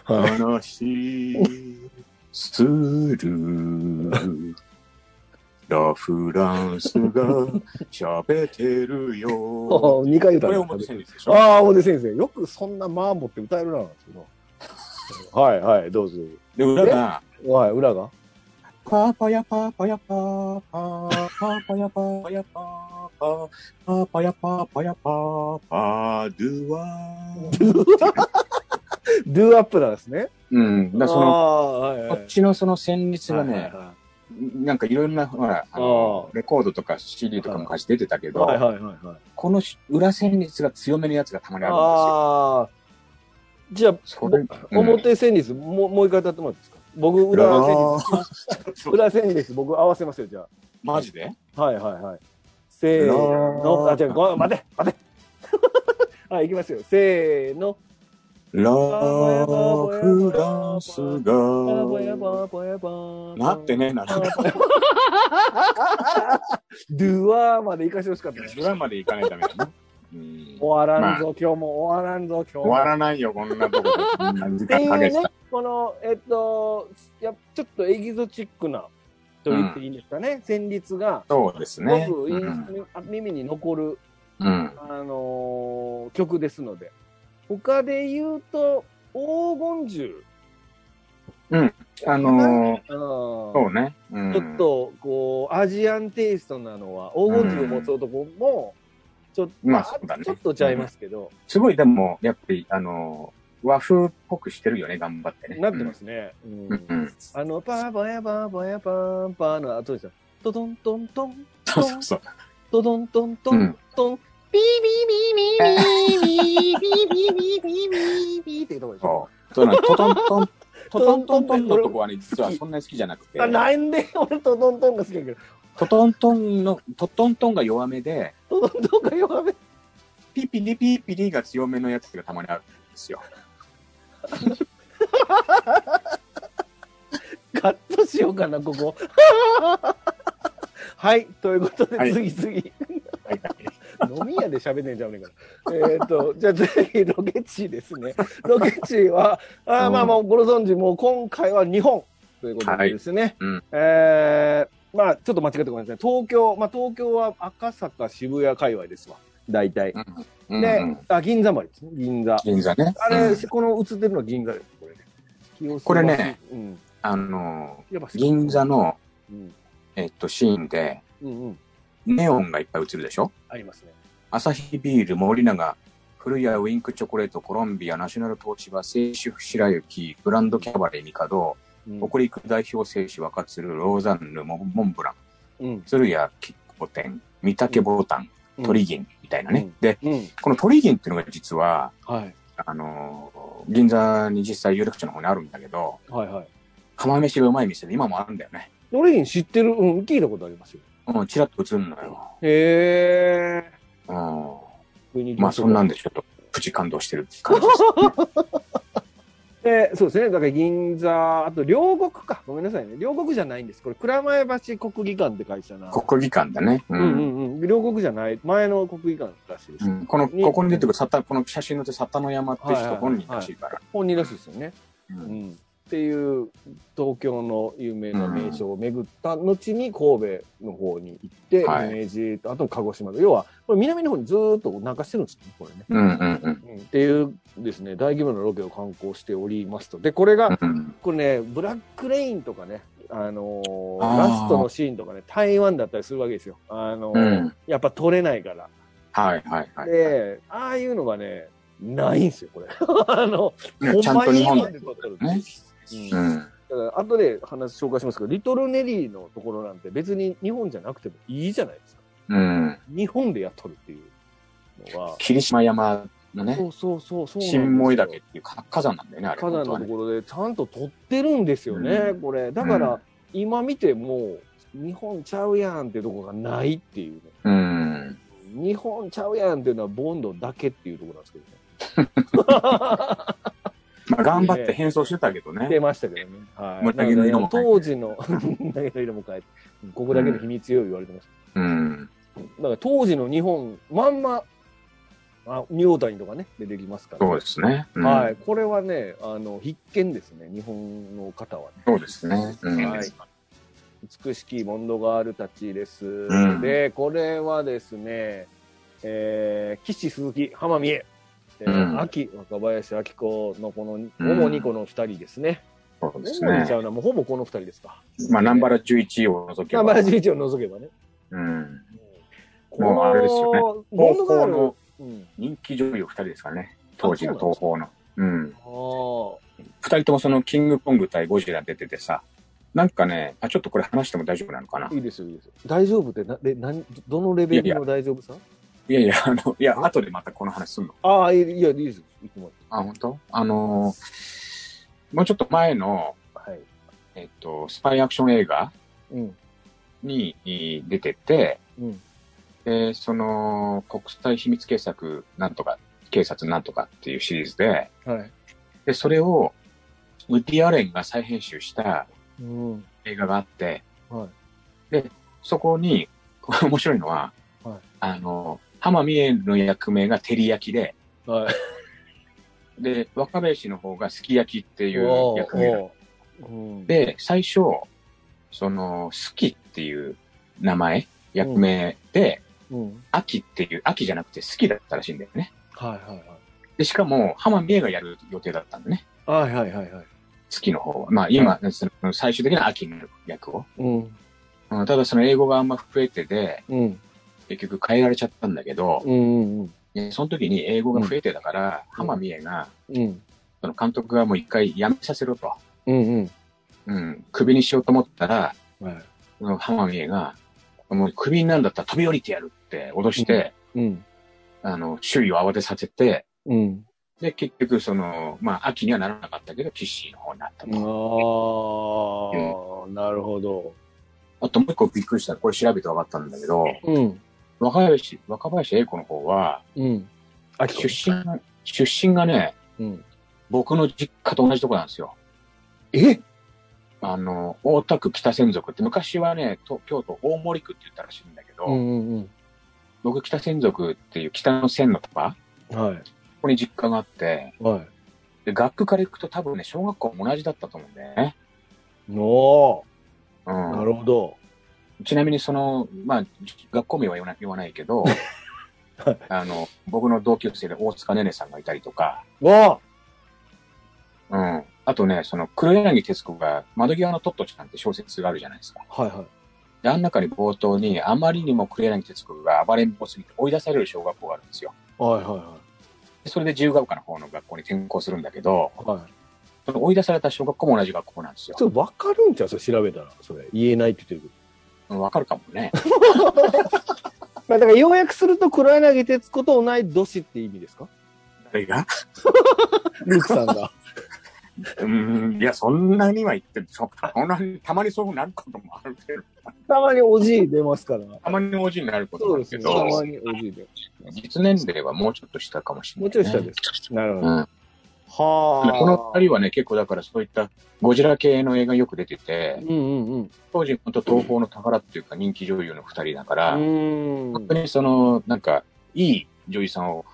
S1: はい。
S2: 話する。ラ・フランスが喋ってるよ。こ
S1: 2回歌
S2: れ表旋律でしょ
S1: ああ、表先生。よくそんなマーモって歌えるな、なんですけど。はいはい、どうぞ。
S2: で、裏が、
S1: はい、裏が。
S2: パパやパパやパパ、パパやパパやパパ、パパやパパやパパ、ドゥワ
S1: ドゥアップなんですね。
S2: うん、だからその、
S1: ああー、はい
S2: こ
S1: は
S2: っ
S1: い。
S2: ちのその旋律が
S1: はいはい
S2: ね、
S1: は
S2: なんかいろんな、ほら、あのレコードとか CD とか昔出てたけど、
S1: はいはいはいはい。
S2: このし裏旋律が強めのやつがたまにあるん
S1: ああ。じゃあ、
S2: ですよ。それ、うん
S1: 表旋律、もうもう一回歌ってもらっていいですか僕、裏旋律。
S2: そう
S1: 裏旋律、僕合わせますよ、じゃ
S2: マジで
S1: あ。はいはいはい。せーの。あ、
S2: ラ
S1: 違う、ごめん、待て、待て。 はい、いきますよ。せーの。
S2: ラフランスが。なってね、ならない。
S1: ドゥワーまで行かしてほしかったね。
S2: ドラマで行かないとダメ だな。うん
S1: 終わらんぞ、今日も終わらんぞ、今日
S2: 終
S1: も
S2: わ。らないよ、こんなとこで。こんな時
S1: ってい
S2: 間
S1: う
S2: かけ
S1: ね
S2: てた。、
S1: この、えっと、やちょっとエキゾチックなと言っていいんですかね、旋律が、
S2: そうです
S1: す
S2: ね。
S1: ごくいい
S2: うん
S1: 耳に残る、
S2: うん。
S1: あのー曲ですので、他で言うと、黄金銃、
S2: あのー、
S1: あー
S2: そうね。うん
S1: ちょっとこう、アジアンテイストなのは、黄金銃を持つ男も、ちょっと、
S2: まあそうだね
S1: ちょっとちゃいますけど、
S2: すごい、でも、やっぱり、あのー、和風っぽくしてるよね、頑張ってね。
S1: なってますね。
S2: う
S1: うん
S2: ん。うん。
S1: あの、パーパヤパーパヤパーパーの後でした。トドントントン。
S2: そうそうそう。
S1: トドントント
S2: う
S1: ン
S2: ん
S1: トン、ビービービービービービービービービービービーっていうとこでしょ。
S2: そう。そうなのトトントン、トトントントンのとこはね、実はそんなに好きじゃなくて
S1: あ、なんで俺トドントンが好きやけど、
S2: トトントンの、トトントンが弱めで、
S1: トドントンが弱め。
S2: ピピリピピリが強めのやつがたまにあるんですよ。
S1: カットしようかな、こ こ。はい、ということで、
S2: はい
S1: 次次。
S2: はいはい
S1: 飲み屋で喋んねえじゃんねえから。えーっと、じゃあ次、ロケ地ですね。ロケ地は、あーまあまあ、ご存知、もう今回は日本ということでですね。
S2: うん
S1: えーまあ、ちょっと間違ってごめんなさい。東京、まあ東京は赤坂、渋谷界隈ですわ。大体。
S2: うんうん
S1: で、あ、銀座までですね。銀座。
S2: 銀座ね。
S1: あれ、
S2: うん
S1: この映ってるのは銀座です、これね。清洲橋
S2: これね、
S1: うん、
S2: あの
S1: やっぱ
S2: ー、銀座
S1: の、
S2: の、
S1: うん、
S2: えっと、シーンで、
S1: うんうん、
S2: ネオンがいっぱい映るでしょ
S1: ありますね。
S2: アサヒビール、森永、古谷ウィンクチョコレート、コロンビア、ナショナル東芝、清酒白雪、ブランドキャバレー、ミカド、
S1: うん
S2: 北陸代表製紙、若鶴、ローザンヌ、モモンブラン、
S1: うん、
S2: 鶴谷キッコテン、三竹ボタン、
S1: うん
S2: 鳥銀みたいなね。
S1: うん
S2: で、
S1: うん、
S2: この鳥銀っていうのが実は、
S1: はい、
S2: あのー銀座に実際有楽町の方にあるんだけど、
S1: はい、はい。
S2: 釜飯がうまい店で今もあるんだよね。
S1: ノレイン知ってる、うん、聞いたことありますよ。
S2: うん、ちらっと映るのよ。
S1: へえ。
S2: う
S1: 上に行き
S2: ん。まあそんなんんでちょっとプチ感動してる感じ です。
S1: で、そうですね。だから銀座、あと両国か。ごめんなさいね。両国じゃないんです。これ、蔵前橋国技館って会社な。
S2: 国技館だね。う。
S1: うんんうんうん。両国じゃない。前の国技館らしいです。
S2: うんこの、ここに出てくるサタ、この写真の手、サタの山って人本人らしいから。
S1: 本人らしいですよね。
S2: う
S1: うんん。っていう、東京の有名な名所を巡った後に、神戸の方に行って、
S2: はい
S1: 明治と、あと鹿児島の。要は、これ南の方にずーっと南下してるんですよね、これね。
S2: うんうん
S1: うんっていうですね、大規模なロケを観光しておりますと。で、これが、
S2: うん。
S1: これね、ブラックレインとかね、あのー
S2: あー
S1: ラストのシーンとかね、台湾だったりするわけですよ。あのー
S2: うん。
S1: やっぱ撮れないから。
S2: はいはいはい。
S1: で、ああいうのがね、ないんですよ、これ。 あの、
S2: ねちゃんと日本で。
S1: で撮ってる
S2: ねう
S1: うん
S2: ん。
S1: だから後で話紹介しますけど、リトルネリーのところなんて別に日本じゃなくてもいいじゃないですか。
S2: うん。
S1: 日本でやっとるっていうのは。
S2: 霧島山のね
S1: そ、うそうそうそうなんですよ。
S2: 新萌岳っていうか火山なんだよね、あれ。
S1: 火山のところでちゃんと撮ってるんですよね、
S2: う
S1: これだから、
S2: うん
S1: 今見ても日本ちゃうやんっていうとこがないっていう、
S2: うん。
S1: ね、日本ちゃうやんっていうのはボンドだけっていうところなんですけどね
S2: まあ頑張って変装してたけどね。
S1: 出ましたけどね、はい、
S2: まあ投げの色も
S1: なので当 時の投げの色も変えてここだけの秘密よ言われてまし
S2: うん。
S1: た、だから当時の日本まんまあニューオータニとかね出てきますから、
S2: そうですね。うん
S1: はい、これはねあの必見ですね日本の方はね
S2: そうですね。うん
S1: はい美しきモンドガールたちです。
S2: うん
S1: で、これはですね、えー、岸鈴木、浜見え、えー
S2: うん
S1: 秋、若林明子のこの、主にこの二人ですね。
S2: そうです
S1: 主に
S2: ね
S1: ちゃ。うな、もうほぼこの二人ですか。
S2: まあ、ナンバラ11を除けば。
S1: まあ、バラジを除けばね。
S2: うん。
S1: こ
S2: もうあれですよね
S1: ねモン
S2: 東
S1: ドガ
S2: 宝
S1: ー
S2: の
S1: ル、うん、
S2: 人気女優2人ですからね。当時の
S1: あそうなん
S2: 東宝の。うん。
S1: あ
S2: 2人ともそのキングコング対ゴジラ出ててさ、なんかね、あ、ちょっとこれ話しても大丈夫なのかない
S1: いですよ、いいですよ。大丈夫ってな、で、なん、どのレベルの大丈夫さ
S2: いやいや、あの、いや、後でまたこの話すんの。
S1: ああ、いいいや、いいですよ。いつも。
S2: あ、本当？あのーもうちょっと前の、
S1: はい。
S2: えっと、スパイアクション映画
S1: うん。
S2: にい出てて、
S1: うん。
S2: で、その、国際秘密警察なんとか、警察なんとかっていうシリーズで、
S1: はい。
S2: で、それを、ウッディ・アレンが再編集した
S1: うん。
S2: 映画があって、
S1: はい。
S2: そこに、 これ面白いのは、
S1: はい
S2: あの、浜美恵の役名が照り焼きで、
S1: はい。
S2: で、若林の方がすき焼きっていう
S1: お
S2: 役名
S1: おううん。
S2: で、最初、その、すきっていう名前、役名で、
S1: うん。
S2: 秋っていう、秋じゃなくて好きだったらしいんだよね。
S1: はいはいはい。
S2: で、しかも、浜美恵がやる予定だったんだね。
S1: はいはいはいはい。
S2: 月の方は。まあ今、その最終的な秋になる役を。
S1: うん。
S2: うんただその英語があんま増えてで、
S1: うん。
S2: 結局変えられちゃったんだけど、
S1: うんうん
S2: でその時に英語が増えてだから、
S1: うん
S2: 浜美恵が、
S1: うん。うん。
S2: その監督がもう一回やめさせろと。
S1: うん
S2: うん。首にしようと思ったら、
S1: うん。はい。
S2: その浜美恵が、もう首になるんだったら飛び降りてやるって脅して、
S1: うん。
S2: あの、周囲を慌てさせて、
S1: うん。
S2: で、結局、その、まあ、秋にはならなかったけど、キッシーの方になった
S1: ああ
S2: と。、
S1: なるほど。
S2: あともう一個びっくりした。これ調べて分かったんだけど、
S1: うん。
S2: 若林、若林英子の方は、
S1: うん。あ、
S2: 出身が、出身がね、
S1: うん。
S2: 僕の実家と同じとこなんですよ。
S1: え
S2: あの、大田区北千族って昔はね、と京都大森区って言ったらしいんだけど、
S1: うんうん
S2: 僕北千族っていう北の千のとか、
S1: うん。はい。
S2: ここに実家があって、
S1: は
S2: で、学区から行くと多分ね、小学校も同じだったと思うんだよね。
S1: い。お
S2: う
S1: ー
S2: ん。
S1: なるほど。
S2: ちなみにその、まあ、学校名は言わな言わないけ ど、あの、僕の同級生で大塚ねねさんがいたりとか、
S1: わ
S2: うん。あとね、その黒柳徹子が窓際のトットちゃんって小説があるじゃないですか。
S1: あはいはい。
S2: で、あん中に冒頭に、あまりにも黒柳徹子が暴れん坊すぎて追い出される小学校があるんですよ。
S1: はいは
S2: でそれで自由が丘の方の学校に転校するんだけど、
S1: いはい。はい。
S2: その追い出された小学校も同じ学校なんですよ
S1: そ。れ分かるんちゃうそれ調べたら。それ。言えないって言ってる。
S2: うんわかるかもね。
S1: まあだから要約すると黒柳徹子と同い年って意味ですか
S2: 誰が
S1: ルークさん が。
S2: うん、いや、そんなには言って、そそんなにたまにそうなることもあるけど、
S1: たまにおじい出ますから。
S2: たまにおじいになることも
S1: そ
S2: あ
S1: う
S2: る
S1: です
S2: け
S1: ね。たま
S2: ど、
S1: におじいで。
S2: 実年齢はもうちょっと下かもしれない、。
S1: もちろん下ですす。なるほ
S2: う
S1: ど。は
S2: ん、この二人はね、結構だからそういったゴジラ系の映画よく出てて、
S1: うんうんうん。
S2: 当時、本当東宝の宝っていうか人気女優の二人だから、
S1: う
S2: 本当にその、なんか、いい女優さんを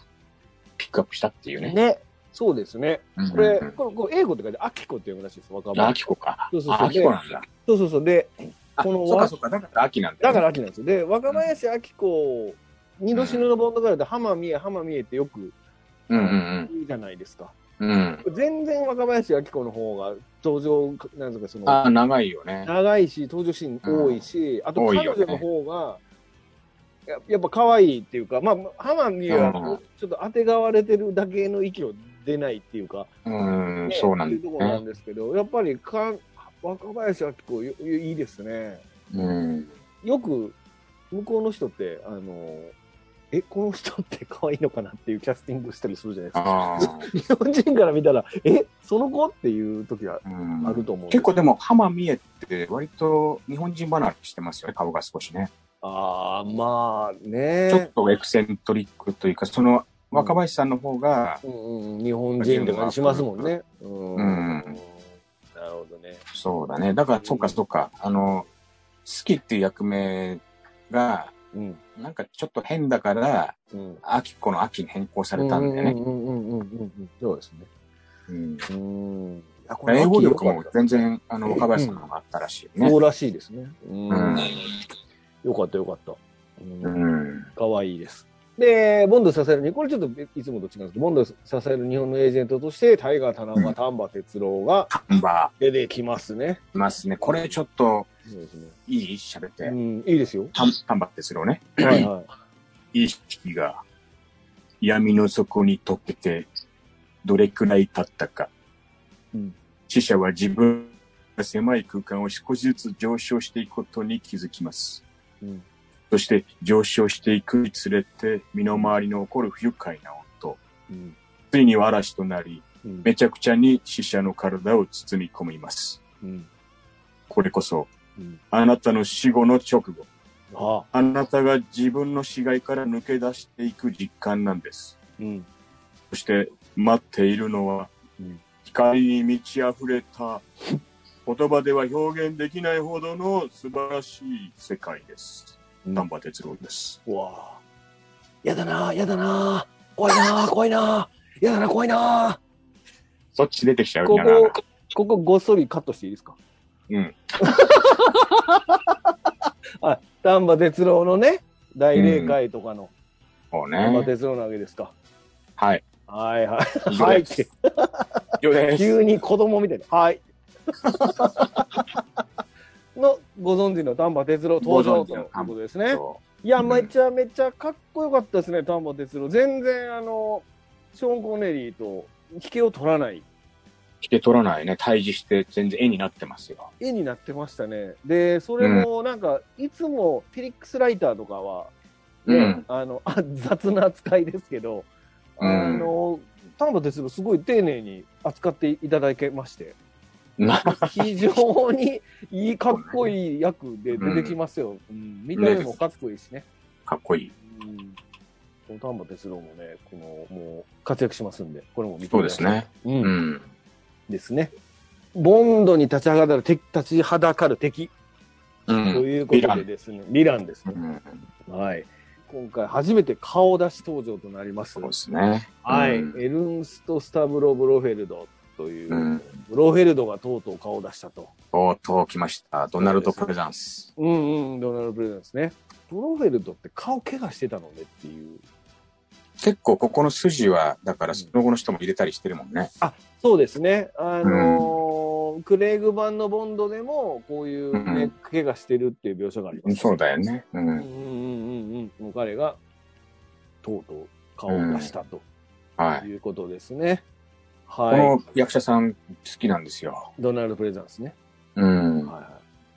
S2: ピックアップしたっていうね。
S1: ん。ね。そうですね。
S2: うん
S1: これ
S2: う、ん
S1: このこう英語って書いて、アキコって呼ぶらしいです、若
S2: あ、
S1: 者。
S2: アキコか。
S1: そうそうそう
S2: あ、アキコなんだ。
S1: そうそうそう。で、
S2: あ、
S1: この
S2: そうかそうか、だからアキなんだ
S1: だ
S2: よね、
S1: からアキなんですよ。で、若林アキコ、二度死ぬのボンドガールで、浜見え、浜見えってよく
S2: うん
S1: 言うじゃないですか。
S2: うんうん。うん。
S1: 全然若林アキコの方が登場、なんですか、その、
S2: あ、長いよね。
S1: 長いし、登場シーン多いし、あと
S2: 多い
S1: 彼
S2: よ
S1: 女
S2: ね
S1: の方が、ややっぱ可愛いっていうか、まあ、浜見え
S2: うん
S1: はちょっと当てがわれてるだけの息を出ないっていうか、
S2: うん、
S1: ね
S2: そうな
S1: ってい
S2: ん
S1: うとこ
S2: だ
S1: ろ
S2: よ
S1: な
S2: ね。
S1: んですけど、やっぱりか若林明子よよいいですね。
S2: うん。
S1: よく向こうの人ってあのえこの人って可愛いのかなっていうキャスティングしたりするじゃないですか。
S2: ああ。
S1: 日本人から見たらえその子っていう時は
S2: うん
S1: あると思うんです
S2: 結構でも、浜見えって割と日本人離れしてますよね、顔が少しね。
S1: ああまあ
S2: ちょっ
S1: ね。
S2: とエクセントリックというか、その若林さんの方が、
S1: うんうん、日本人って感じしますもんね。うん
S2: うん
S1: なるほどね。
S2: そうだね。だから、そうか、そうか。あの、好きっていう役名が、
S1: うん
S2: なんかちょっと変だから、
S1: うん。
S2: アキコの秋に変更されたんだよ
S1: う
S2: ね。
S1: んうんうんうんうんうん。そうですね。
S2: うん
S1: うん。あこれ
S2: 英語力も
S1: 秋良かった
S2: 全然、あの、若林さんの方があったらしいよ
S1: そ
S2: ね。
S1: うらしいですね。うん
S2: うん
S1: よかったよかった。
S2: う
S1: うん
S2: ん。
S1: かわいいです。で、ボンド支えるに、これちょっといつもと違うんですけど、ボンド支える日本のエージェントとして、タイガー・田中、丹波哲郎が
S2: ハンバ
S1: 出てきますね。
S2: ーいますね。これちょっと、
S1: そうですね。
S2: いい喋
S1: う
S2: って。
S1: ん、いいです よ。
S2: タンタンバってするよね。
S1: はいはい。
S2: 意識が闇の底に溶けて、どれくらい経ったか。
S1: うん
S2: 死者は自分狭い空間を少しずつ上昇していくことに気づきます。
S1: うん
S2: そして上昇していくにつれて身の回りの起こる不愉快な音、
S1: うん
S2: ついには嵐となり、
S1: うん
S2: めちゃくちゃに死者の体を包み込みます。
S1: うん
S2: これこそ、
S1: うん
S2: あなたの死後の直後、
S1: ああ
S2: あなたが自分の死骸から抜け出していく実感なんです。
S1: うん
S2: そして待っているのは
S1: うん、
S2: 光に満ち溢れた、言葉では表現できないほどの素晴らしい世界です。
S1: うん
S2: 丹波哲郎です。
S1: うわあやだなあやだなあ怖いなあ怖いなあやだな怖いなあ
S2: そっち出てきちゃう
S1: こ
S2: かな。
S1: こここごっそりカットしていいですか
S2: うん。
S1: あ丹波哲郎のね大霊界とかの
S2: そう
S1: 丹波
S2: ね。
S1: 哲郎なわけですか、
S2: はい。
S1: はいはい
S2: 以上
S1: はいっ
S2: です
S1: て。
S2: 以上です。
S1: 急に子供みたいな「はい」 のご存知の丹波哲郎登場
S2: ご存知
S1: と
S2: の
S1: いう
S2: 丹波
S1: ことですね
S2: そ
S1: いや
S2: うん
S1: めちゃめちゃかっこよかったですね丹波哲郎全然あのショーン・コネリーと引けを取らないう
S2: 来て取らないね。退治して全然絵になってますよ。
S1: 絵になってましたねでそれもなんか、いつもフェリックス・ライターとかは、ね
S2: うん
S1: あの あ雑な扱いですけど、
S2: うん
S1: あの丹波哲郎すごい丁寧に扱っていただけま して
S2: な
S1: 非常にいい、かっこいい役で出てきますよ。うん見た目もかっこいいしね。
S2: かっこいい。
S1: うんこの丹波哲郎もね、この、もう活躍しますんで、これも見て
S2: そう
S1: く
S2: で
S1: ださい。
S2: すね。
S1: うん。
S2: うん。
S1: ですね。ボンドに立ちはだかる敵、立ちはだかる敵と
S2: うん。
S1: いうことでですね、ヴィランです
S2: う
S1: ね。
S2: ん、
S1: はい。今回初めて顔出し登場となります
S2: そう。ですね。
S1: はい。エ
S2: うん
S1: ルンスト・スタブロ・ブロフェルドという、
S2: うん
S1: ブロフェルドがとうとう顔を出したと。
S2: とうとう来ました。ドナルド・プレザンス。
S1: うんうん、ドナルド・プレゼンですね。ブロフェルドって顔怪我してたのねっていう。
S2: 結構ここの筋は、だからその後の人も入れたりしてるもんね。
S1: そうですね。あのークレイグ版のボンドでも、こういうね、
S2: うん
S1: 怪我してるっていう描写があります。
S2: そうだよね。う
S1: うん
S2: ん。
S1: うんうんうん。もう彼が、とうとう顔を出したと
S2: はい。
S1: いうことですね。
S2: こ
S1: はい。
S2: の役者さん好きなんですよ。
S1: ドナルド・プレゼンですね。
S2: うん。
S1: は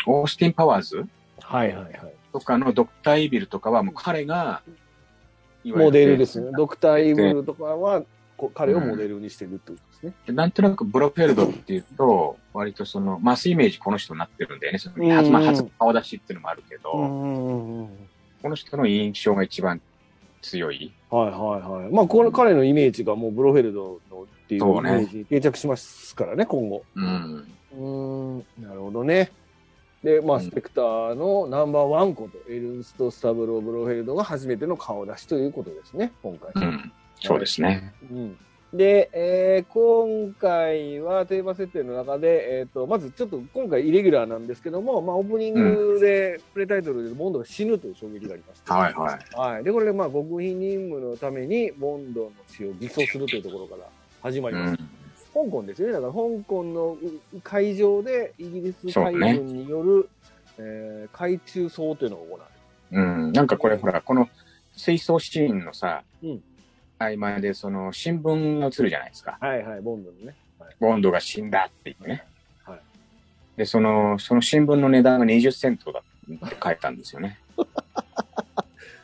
S2: オースティン・パワーズ
S1: いはい。はいはいはい。
S2: とかのドクター・イービルとかはもう彼が、いわゆる
S1: モデルですね。ドクター・イーブルとかは、こ彼をモデルにしてるってことですね。
S2: なんとなくブロフェルドっていうと、割とその、マスイメージこの人になってるんだよね。その
S1: う
S2: 初
S1: ん
S2: まあ初顔出しっていうのもあるけど、
S1: んうんうん。
S2: この人の印象が一番強い。
S1: はいはいはい。まあ、この彼のイメージがもうブロフェルドのっていうイメ
S2: そうね
S1: ージに定着しますからね、今後。
S2: うん。
S1: うーん、なるほどね。で、ま
S2: う
S1: あ、
S2: ん
S1: スペクターのナンバーワンこと、エルンスト・スタブロー・ブロフェルドが初めての顔出しということですね、今回。
S2: うん。そうですね。
S1: うんで、えー今回はテーマ設定の中で、えー、とまずちょっと今回イレギュラーなんですけども、まあ、オープニングで、プレタイトルでボンドが死ぬという衝撃がありました。
S2: はいはい。
S1: はい、でこれでまあ極秘任務のためにボンドの死を偽装するというところから始まり
S2: う
S1: ます。
S2: ん。
S1: 香港ですよね、だから香港のう会場でイギリス
S2: そう
S1: 海
S2: ね
S1: 軍による、えー海中葬というのが行わ
S2: うん。なんかこれほら、この水槽シーンのさ、
S1: うん
S2: 合間でその新聞が映るじゃないですか。
S1: れる。はいはい、ボンドのね。はい、
S2: ボンドが死んだっていうね。
S1: はい
S2: で、その、その新聞の値段が20セントだって書いたんですよね。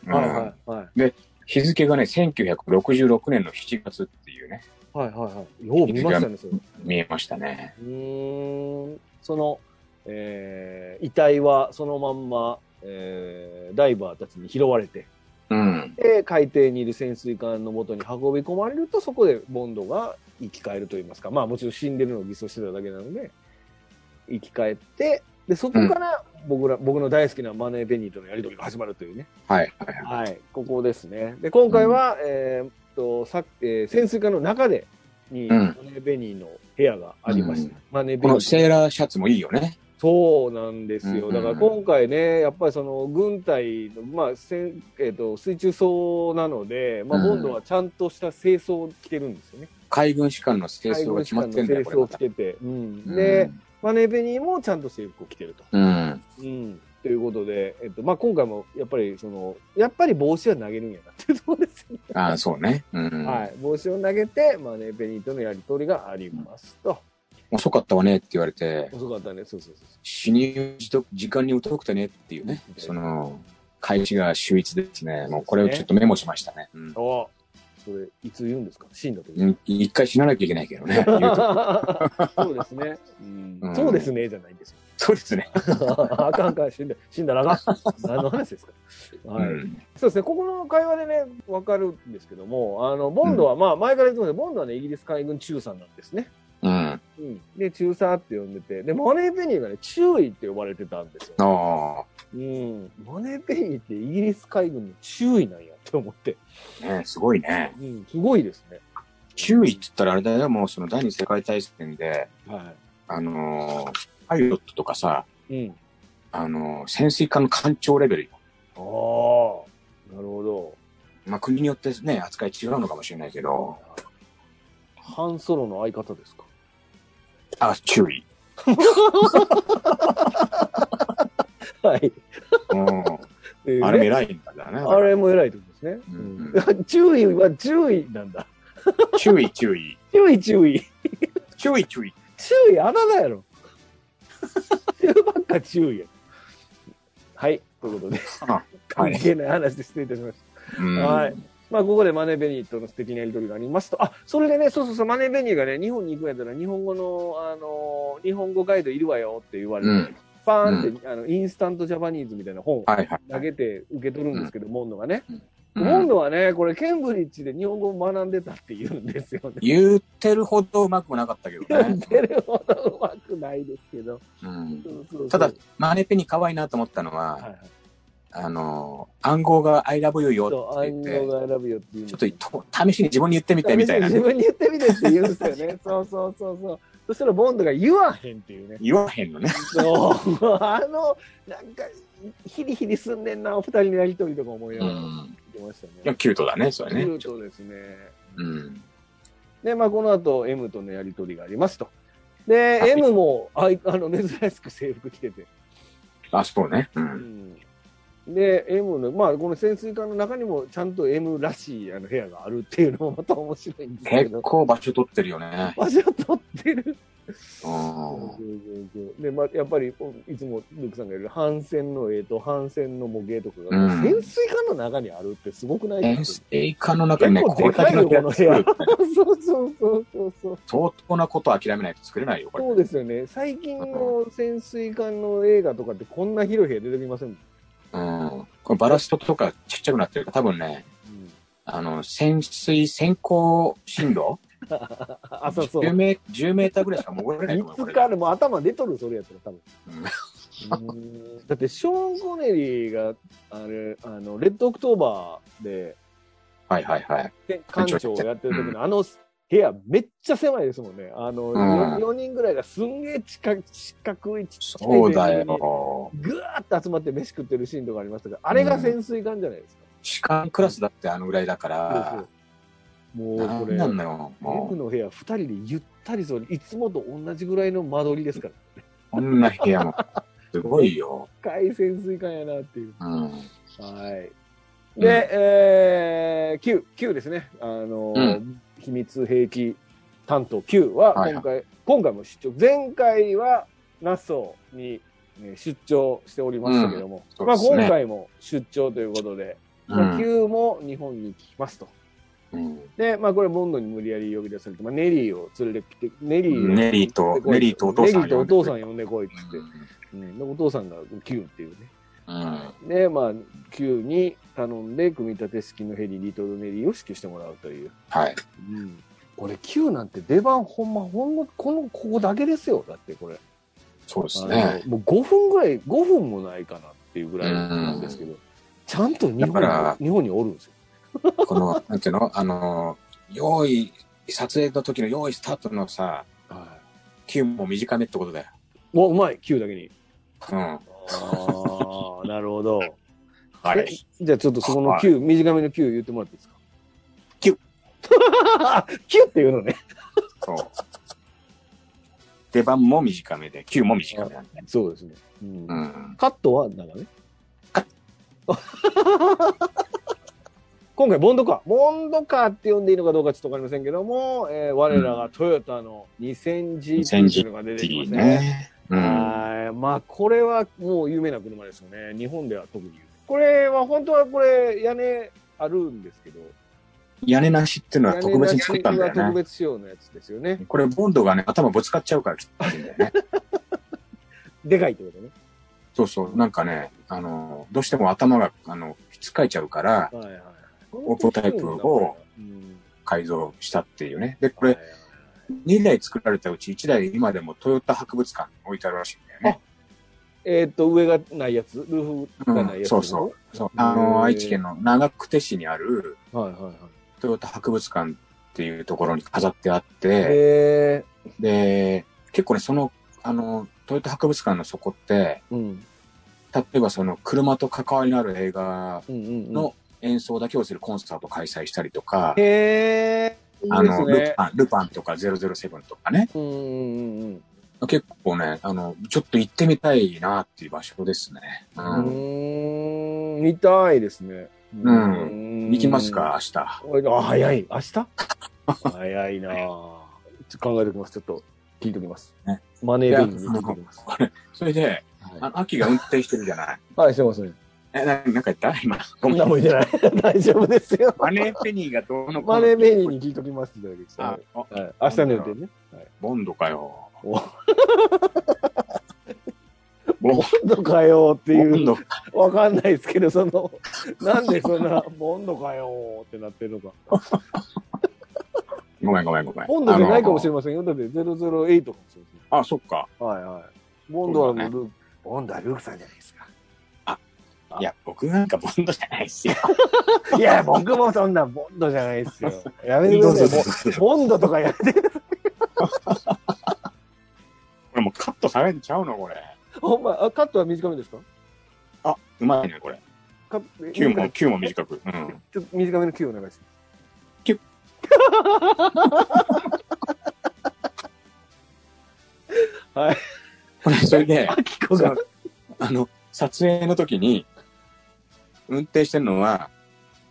S2: うん
S1: はいはいはい
S2: 日付がね、1966年の7月っていうね、
S1: はいはいはい。よう見ましたね、それ。う
S2: 見えましたね。
S1: ーん、その、えー遺体はそのまんま、えーダイバーたちに拾われて、
S2: うん。
S1: で海底にいる潜水艦の元に運び込まれるとそこでボンドが生き返るといいますかまあもちろん死んでるのを偽装してただけなので生き返ってでそこから僕ら、僕の大好きなマネー・ベニーとのやり取りが始まるというね
S2: はいはいはい。
S1: はいここですねで今回は、えーっとさ、えー潜水艦の中でに、
S2: うん
S1: マネー・ベニーの部屋がありました、
S2: うん
S1: マネー・ベ
S2: こ
S1: ニ
S2: の
S1: ー
S2: セーラーシャツもいいよね。
S1: そうなんですよ。
S2: うん
S1: だから今回ね、やっぱりその軍隊の、まあ、せんえっ、と、水中装なので、まあ、
S2: うん
S1: 今度はちゃんとした清掃を着てるんですよね。
S2: 海軍士官の清
S1: 海
S2: 掃が
S1: 軍
S2: 決
S1: 士
S2: ま
S1: 官の
S2: ってんだ
S1: 清
S2: よ、これ
S1: 掃を
S2: ま
S1: 着
S2: た。
S1: てて。うん。
S2: う
S1: で、
S2: ん
S1: マネベニーもちゃんと制服を着てると。
S2: うん。
S1: うん。ということで、えっ、と、まあ、今回も、やっぱり、その、やっぱり帽子は投げるんやなっていうところですよね。
S2: ああ、そうね。うん。
S1: はい。帽子を投げて、マネベニーとのやりとりがありますと。
S2: 遅かったわねって言われて、
S1: 遅かったね。そうそうそうそ
S2: 死に時間に疎くてねっていうね、その、開始が秀逸ですね。もうこれをちょっとメモしましたね。うん
S1: う。ああ。それ、いつ言うんですか死んだ時
S2: うん一回死ななきゃいけないけど ね。言うと
S1: そうですね。うん
S2: うん
S1: そうですね、じゃないん ですよ。
S2: そうですね。
S1: あかんあかん、死んだ、死んだらあかん。何の話ですか。は
S2: う
S1: い。
S2: ん
S1: そうですね、ここの会話でね、わかるんですけども、あの、ボンドは、まあ、前から言ってますけど、ボンドはね、イギリス海軍中佐なんですね。
S2: うん。
S1: うん。で、中佐って呼んでて、で、マネーペニーがね、注意って呼ばれてたんですよ。
S2: あ
S1: うん。マネーペニーってイギリス海軍の注意なんやって思って。
S2: あ、ねすごいね。
S1: うん、すごいですね。
S2: 注意って言ったらあれだよ、もうその第二次世界大戦で、
S1: は
S2: あのーパイロットとかさ、
S1: い。うん。
S2: あのー潜水艦の艦長レベルよ。
S1: ああ、なるほど。
S2: まあ国によってね、扱い違うのかもしれないけど、
S1: ハンソロの相方ですか。
S2: あ、注意。
S1: はい。
S2: うん。
S1: えーね
S2: あれも偉いんだからね。
S1: あれも偉いってことですね。
S2: うん
S1: うん 注意は注意なんだ。
S2: 注意、注意。
S1: 注意注意。
S2: 注意、注意。
S1: 注意あだだやろ。注意ばっか注意や。はい。ということで、
S2: は
S1: 関
S2: い。
S1: 係ない話で失礼いたしました。
S2: うん
S1: はい。まあ、ここでマネーベニーとの素敵なやりとりがありますと、あ、それでね、そうそうそう、マネーベニーがね、日本に行くんやったら、日本語の、あのー日本語ガイドいるわよって言われて、
S2: うん
S1: パーンって、あの、インスタントジャパニーズみたいな本を
S2: はいはい。
S1: 投げて受け取るんですけど、モンドがね。
S2: うん
S1: モンドはね、これ、ケンブリッジで日本語を学んでたって言うんです よね。
S2: 言ってるほどうまくもなかったけど
S1: 言
S2: ね
S1: っ。てるほどうまくないですけど。
S2: うん
S1: そうそうそう
S2: ただ、マネペに可愛いなと思ったの
S1: はいは
S2: は、
S1: い、
S2: あの、暗号が I love you よ
S1: そう、
S2: って
S1: 暗
S2: 言って
S1: 号、が選ぶよって言うんで
S2: ちょっ
S1: す
S2: と
S1: よ
S2: と試しに自分に言ってみてみたいな
S1: 自
S2: ね。
S1: 分に言ってみてって言うんですよ ね。そうそうそうそう。そしたら、ボンドが言わへんっていうね。
S2: 言わへんのね。
S1: そう。あの、なんか、ヒリヒリすんねんな、お二人のやりとりとか思いうながら聞
S2: ん。
S1: いてましたね。
S2: いや、キュートだね、それ
S1: キュ
S2: ね
S1: ー。トですね。
S2: うん。
S1: で、まあ、この後、M とのやりとりがありますと。で、
S2: い
S1: M もあい あの珍しく制服着てて、
S2: あ、そうね。うん。
S1: で、M の、まあ、この潜水艦の中にも、ちゃんと M らしいあの部屋があるっていうのもまた面白いんですけ
S2: 結
S1: ど、
S2: 構場所取ってるよね。
S1: 場所取ってる。
S2: うん。
S1: で、まあ、やっぱり、いつもルークさんが言う、帆船の絵と帆船の模型とかが、
S2: うん
S1: 潜水艦の中にあるってすごくない
S2: 潜
S1: ですか
S2: 水艦の中にね、
S1: 結構
S2: これだけの部屋作るってね
S1: そうそうそうそうそう。
S2: 相当なことを諦めないと作れないよ、これ。
S1: そうですよね。最近の潜水艦の映画とかってこんな広い部屋出てきませんもん、
S2: うん。これバラストとかちっちゃくなってるから、多分ね、あの、潜水、潜行進路
S1: あ、そうそう。
S2: 10メー10メーターぐらいしか潜れない
S1: い
S2: と思うよ。
S1: つ
S2: これ
S1: かる、もう頭出とる、それやったら多分。うんだって、ショーン・コネリーが、あれ、あの、レッド・オクトーバーで、
S2: はいはいはい。
S1: で艦長をやってる時
S2: う
S1: の、あの、部屋めっちゃ狭いですもんね。あの、
S2: ん
S1: 4人ぐらいがすんげえ近く、近くいちっちゃい
S2: そうだ
S1: テーブルに
S2: よ。
S1: ぐわーっと集まって飯食ってるシーンとかありましたけど、あれが潜水艦じゃないですか。
S2: 士官クラスだってあのぐらいだから、
S1: もう
S2: な
S1: こ
S2: ん
S1: れ、
S2: なんだよ。も
S1: F の部屋、2人でゆったりそうに、いつもと同じぐらいの間取り ですから、
S2: う、こんな部屋 も。すごいよ。
S1: 深い潜水艦やなっていう。
S2: うん。
S1: はい。
S2: う
S1: で
S2: ん、
S1: えー、Q、Q ですね。あのー、
S2: う
S1: 秘密兵器担当 Q は
S2: はい
S1: 今回、今回も出張、前回は NASO にね、出張しておりましたけども、
S2: うん
S1: まあ
S2: そうですね
S1: 今回も出張ということで、
S2: う
S1: まあ、
S2: ん
S1: Q も日本に来ますと。
S2: うん
S1: で、まあこれ、ボンドに無理やり呼び出されて、まあ、ネリーを連れてきて、ネリーを
S2: ネリーとネリーとお父さん
S1: ネリーとお父さん呼んでこいっつって
S2: う、
S1: うんでお父さんが Q っていうね。
S2: ん。
S1: で、まあ、Q に頼んで、組み立て式のヘリ、リトルネリーを指揮してもらうという。
S2: はい。
S1: これ、Q なんて出番ほんま、ほんの、この、ここだけですよ。だってこれ。
S2: そうです
S1: あ
S2: ね。
S1: のもう5分ぐらい、5分もないかなっていうぐらいなんですけど、ちゃんと日
S2: だか
S1: 本
S2: ら
S1: に、日本におるんですよ。
S2: この、なんていうのあの、用意、撮影の時の用意スタートのさ、
S1: は
S2: キューも短めってことだよ。
S1: い。もう、うまい、Q だけに。
S2: うん。
S1: ああ、なるほど。
S2: あ
S1: え
S2: れ。
S1: じゃあちょっとそこの Q、短めの Q 言ってもらっていいですか
S2: Q。
S1: Q っていうのね。
S2: そう。出番も短めで、キューも短めなんで。
S1: そうですね。うん
S2: うん。
S1: カットは長め
S2: カ
S1: カ 今回ボンドカー。ボンドカーって呼んでいいのかどうかちょっとわかりませんけども、えー我らがトヨタの 2000G っていうのが出てきま
S2: い
S1: し
S2: い
S1: たね。
S2: ね。うん。
S1: はい。まあ、これはもう有名な車ですよね。日本では特に有名。これは本当はこれ、屋根あるんですけど、
S2: 屋根なしっていうのは特別に作ったんだ
S1: 屋根なしは特
S2: よね。
S1: 別仕様のやつですよね。
S2: これ、ボンドがね、頭ぶつかっちゃうから切ってんだよね。
S1: でかいってことね。
S2: そうそう。なんかね、あの、どうしても頭が、あの、ひっつかえちゃうか
S1: は
S2: ら、
S1: いはい。
S2: オートタイプを
S1: うん、
S2: 改造したっていうね。で、こ
S1: はい
S2: れ
S1: は、いはい
S2: 2台作られたうち1台今でもトヨタ博物館に置いてあるらしいんだよね。
S1: えーっと、上がないやつ、ルーフがないやつ、。
S2: そうそうそう。あ
S1: へー
S2: の、愛知県の長久手市にある
S1: はいはいはい。
S2: トヨタ博物館っていうところに飾ってあって、
S1: え
S2: で、結構ね、その、あの、トヨタ博物館の底って、
S1: ー、うん。
S2: 例えばその車と関わりのある映画
S1: うんうん、うん。
S2: の演奏だけをするコンサートを開催したりとか、
S1: へー。
S2: あの、
S1: いいです
S2: ル
S1: ね。
S2: パン、ルパンとか007とかね、
S1: うんうんうん
S2: 結構ね、あの、ちょっと行ってみたいなっていう場所ですね。う。
S1: うんん。うーん、見たいですね。うん
S2: 行きますか、明日。
S1: あ、早い。明日 早いなぁ。ちょっと考えておきます。ちょっと聞いておきます。
S2: ね
S1: マネーベイビーに聞いておきます。
S2: それで、あ
S1: は
S2: の、秋が運転してるじゃない。
S1: い、はい、すいません。
S2: え、ななんか言った今。
S1: こ
S2: ご
S1: ん
S2: め。
S1: なんもいてない。 大丈夫ですよ。
S2: マネーペニーがどうのこ
S1: マ
S2: う
S1: ネー
S2: の。
S1: ベイビーに聞いておきますってだけです。
S2: あ
S1: は、
S2: あ
S1: い、明日の予定ね。
S2: ボンドかよ。
S1: お
S2: ボン
S1: ボンドかよって
S2: ド、ボ
S1: い
S2: ン
S1: う、
S2: ド。
S1: わかんないですけど、そ の、なんでそんな、ボンドかよってなってるのか。
S2: ごめんごめんごめん。
S1: ボンドじゃないかもしれ
S2: ない。
S1: ませんよ。だって008かもしれま
S2: あ、そっか。
S1: せん。はいはい。ボンドは
S2: そう
S1: も
S2: だ
S1: う
S2: ね
S1: ルー、ボンドはルークさんじゃないですか。
S2: いや、僕なんかボンドじゃない っすよ。
S1: いや、僕もそんなボンドじゃないですよ。やめてください。ボンドとかやめて、
S2: これもうカットされんちゃうのこれ。
S1: ほんま、あカットは短めですか
S2: あ、うまいね、これ。
S1: カット
S2: 9も、9も短く。うん。
S1: ちょっと短めの9お願いします。
S2: キュッ
S1: はい。
S2: これ、それで、
S1: あきこが。
S2: あの、撮影の時に、運転してるのは、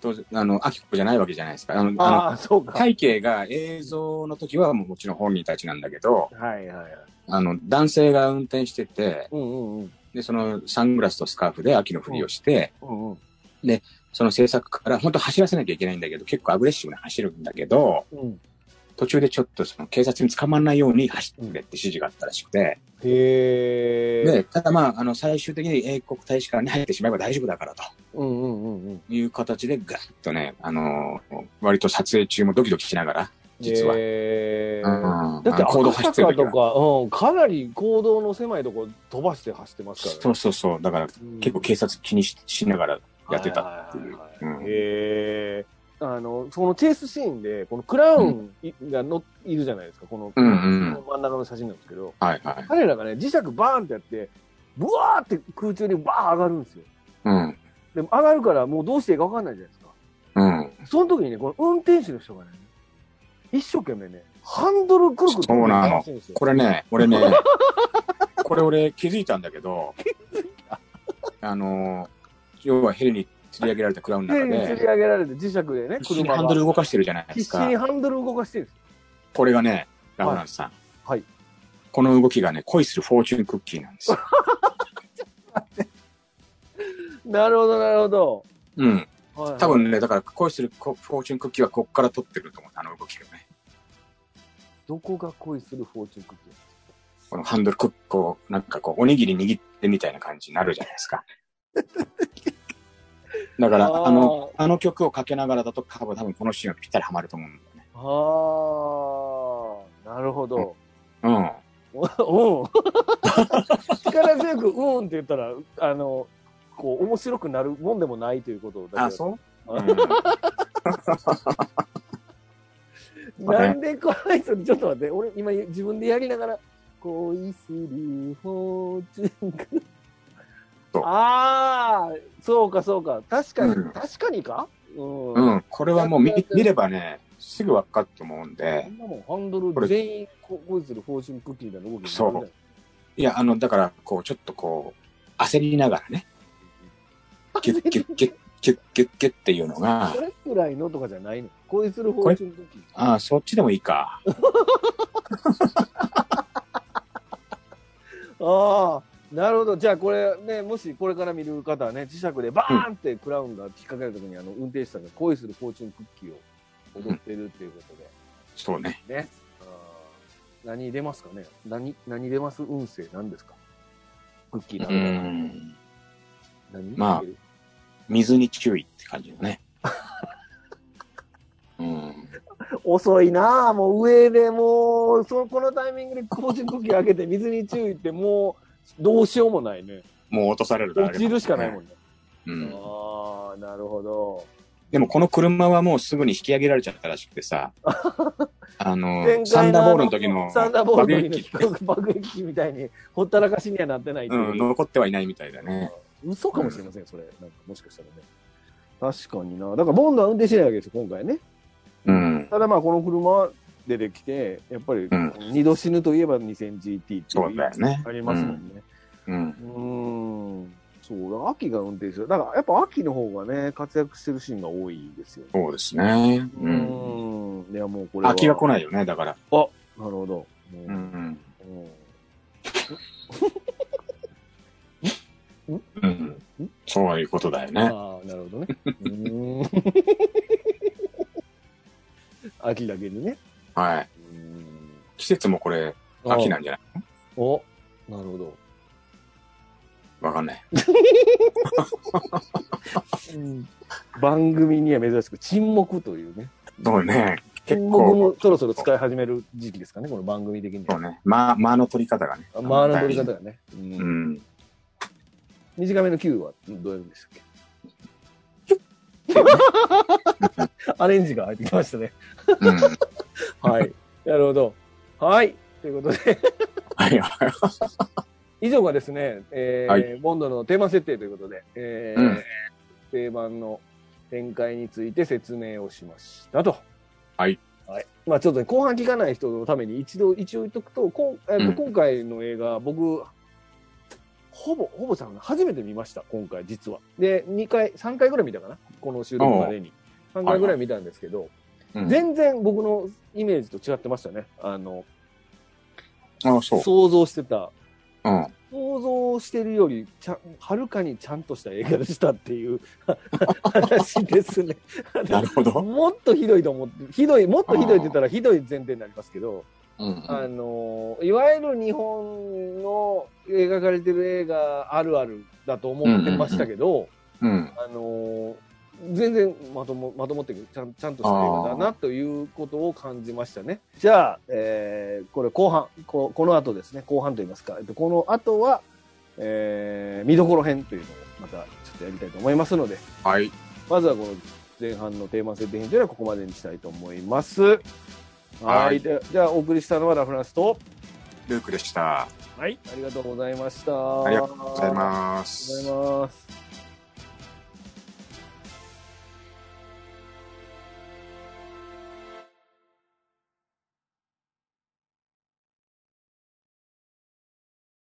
S2: 当然、あの、アキコじゃないわけじゃないですか。あの、あの
S1: ああ、そうか。
S2: 背景が映像の時はもうもちろん本人たちなんだけど、
S1: はいはいはい。
S2: あの、男性が運転してて、
S1: うんうんうん。
S2: で、そのサングラスとスカーフで秋のふりをして、
S1: うんうん。
S2: その制作から本当走らせなきゃいけないんだけど、結構アグレッシブに走るんだけど、
S1: うん、
S2: 途中でちょっとその警察に捕まらないように走ってくれって指示があったらしくて、
S1: へえ。
S2: で、ただまあ、あの、最終的に英国大使館に入ってしまえば大丈夫だからと
S1: うんうんうんうん。
S2: いう形でガッとね、あの割と撮影中もドキドキしながら、実は。
S1: へ
S2: う
S1: ー
S2: ん
S1: だって
S2: あの行動
S1: 赤
S2: 走って
S1: 坂
S2: る時
S1: と
S2: は
S1: か、うん、かなり行動の狭いところ飛ばして走ってますからね。
S2: そうそうそう。だから
S1: うん
S2: 結構警察気にししながらやってた。っていう
S1: は
S2: う
S1: はは
S2: ん
S1: いへえ。あの、そのチェイスシーンで、このクラウンがの、いるじゃないですか、この、
S2: うんうん
S1: この真ん中の写真なんですけど、
S2: はいはい。
S1: 彼らがね、磁石バーンってやって、ブワーって空中にバーン上がるんですよ。
S2: うん。
S1: でも上がるからもうどうしていいか分かんないじゃないですか。
S2: うん。
S1: その時にね、この運転手の人がね、一生懸命ね、ハンドルくるくる
S2: そうなの
S1: 回してるんですよ
S2: これね、俺 ね、これ俺気づいたんだけど、あの、要はヘリに釣り上げられたクラウンの中
S1: で、吊り
S2: で、
S1: 上げられて磁石でね、
S2: 必死に
S1: 車が。
S2: ハンドル動かしてるじゃないで
S1: 必
S2: す
S1: 死
S2: か
S1: に。ハンドル動かしてるんですよ。
S2: これがね、ラフランスさん。
S1: はいはい
S2: この動きがね、恋するフォーチュンクッキーなん ですよ。
S1: なるほど、なるほど。
S2: うん。
S1: はいはい
S2: 多分ね、だから恋するフォーチュンクッキーはこっから撮ってくると思う、あの動きがね。
S1: どこが恋するフォーチュンクッキー
S2: このハンドルクッこう、なんかこう、おにぎり握ってみたいな感じになるじゃないですか。だから、あの、あの曲をかけながらだと、多分このシーンはぴったりハマると思うんだよね。
S1: はあ、なるほど。
S2: うん。
S1: うん。力強く、うんって言ったら、あの、こう、面白くなるもんでもないということだ
S2: あ、
S1: けど。
S2: そう、
S1: う
S2: う
S1: なんでこの人に、ちょっと待って、俺今自分でやりながら、恋するフォーチュンクッキー
S2: そう
S1: ああ、そうかそうか。確かに、
S2: うん
S1: 確かにかうん。
S2: ん、うん。これはもう見見ればね、すぐ分かると思うん
S1: こ
S2: で。
S1: んなもん、ハンドル全員こ恋するフォーチュンクッキーみたいな動きになるじゃない
S2: いや、あの、だから、こう、ちょっとこう、焦りながらね、ギュッギュッギュッ、キュッキュッキュッっていうのが
S1: こ、れくらいのとかじゃないの恋する包丁の時。
S2: ああ、そっちでもいいか。
S1: ああ、なるほど。じゃあこれね、もしこれから見る方はね、磁石でバーンってクラウンが引っ掛けるときに、あの、運転手さんが恋するフォーチュンクッキーを踊ってるっていうことで、
S2: そうね。
S1: ね。あー何入れますかね何、何入れます運勢何ですかクッキーだ
S2: う
S1: ね。
S2: ん。
S1: 何
S2: まあ
S1: 入れる
S2: 水に注意って感じ だね。うん。
S1: 遅いなあもう上でもう、その、このタイミングでフォーチュンクッキー開けて水に注意ってもう、どうしようもないね。
S2: もう落とされる
S1: 落ちるしかないも
S2: ん。
S1: んね。
S2: うん。
S1: ああ、なるほど。
S2: でもこの車はもうすぐに引き上げられちゃったらしく てさ、あの
S1: 前回の、
S2: サンダーボールの時の
S1: サンダーボール
S2: 爆
S1: の時
S2: 撃機
S1: の爆撃機みたいにほったらかしにはなってないって
S2: うん、
S1: いう、
S2: 残ってはいないみたいだね。
S1: 嘘かもしれません、それ。なんかもしかしたらね。確かにな。だからボンドは運転してないわけですよ、今回ね。
S2: うん。
S1: ただまあ、この車は出てきて、やっぱり
S2: うん
S1: 二度死ぬといえば 2000GT っていう
S2: そうだよね
S1: ありますもんね。
S2: うん。
S1: うーん。んそうだ、秋が運転してる。だからやっぱ秋の方がね、活躍してるシーンが多いですよね。
S2: そうですね。うん。
S1: うーん。いや、もうこれは。
S2: 秋は来
S1: な
S2: ないよね、だから。
S1: るほど。もう
S2: うん。うん。そういうことだよね。
S1: ああ、なるほどね。うーん秋だけにね。
S2: はい。季節もこれ、秋なんじゃない
S1: お、なるほど。
S2: わかんない。
S1: 番組には珍しく沈黙というね。
S2: そうね。結
S1: 沈黙
S2: 構、
S1: もそろそろ使い始める時期ですかね、この番組的に
S2: そう
S1: は。
S2: ね。間、間の取り方がね。
S1: あ間の取り方がね。う
S2: うんん。
S1: 短めの Q はどうやるんでしたっけアレンジが入ってきましたね。
S2: うん。
S1: はい。なるほど。はい。ということで。
S2: はいはい。
S1: 以上がですね、えー
S2: は
S1: ボンドのテーマ設定ということで、えー
S2: うん
S1: 定番の展開について説明をしましたと。
S2: はい。
S1: はい、まあちょっとね、後半聞かない人のために一度、一応言っとくと、こんえっと
S2: うん
S1: 今回の映画、僕、ほぼ、ほぼさん、初めて見ました、今回、実は。で、2回、3回ぐらい見たかな、この収録までに。3回ぐらい見たんですけど、
S2: うん
S1: 全然僕のイメージと違ってましたね。あの、
S2: ああ、そう。
S1: 想像してた
S2: うん。
S1: 想像してるよりちゃんはるかにちゃんとした映画でしたって いう話ですね。
S2: なるほど。
S1: もっとひどいと思って、ひどい、もっとひどいって言ったらひどい前提になりますけど、
S2: うん
S1: あの、いわゆる日本の描かれてる映画あるあるだと思ってましたけど、
S2: うん。
S1: あの、全然まとも、まともっていうかちゃん、ちゃんとした映画だなということを感じましたね。じゃあ、えーこれ後半こ、この後ですね、後半といいますか、えっと、この後は、えー見どころ編というのをまたちょっとやりたいと思いますので、
S2: はい。
S1: まずはこの前半のテーマ設定編というのはここまでにしたいと思います。はい。
S2: はい
S1: でじゃあ、お送りしたのはラフランスと、
S2: ルークでした。あ
S1: はい。ありがとうございました。
S2: りがとうござい
S1: あ
S2: ま
S1: り
S2: す
S1: がとう。ございます。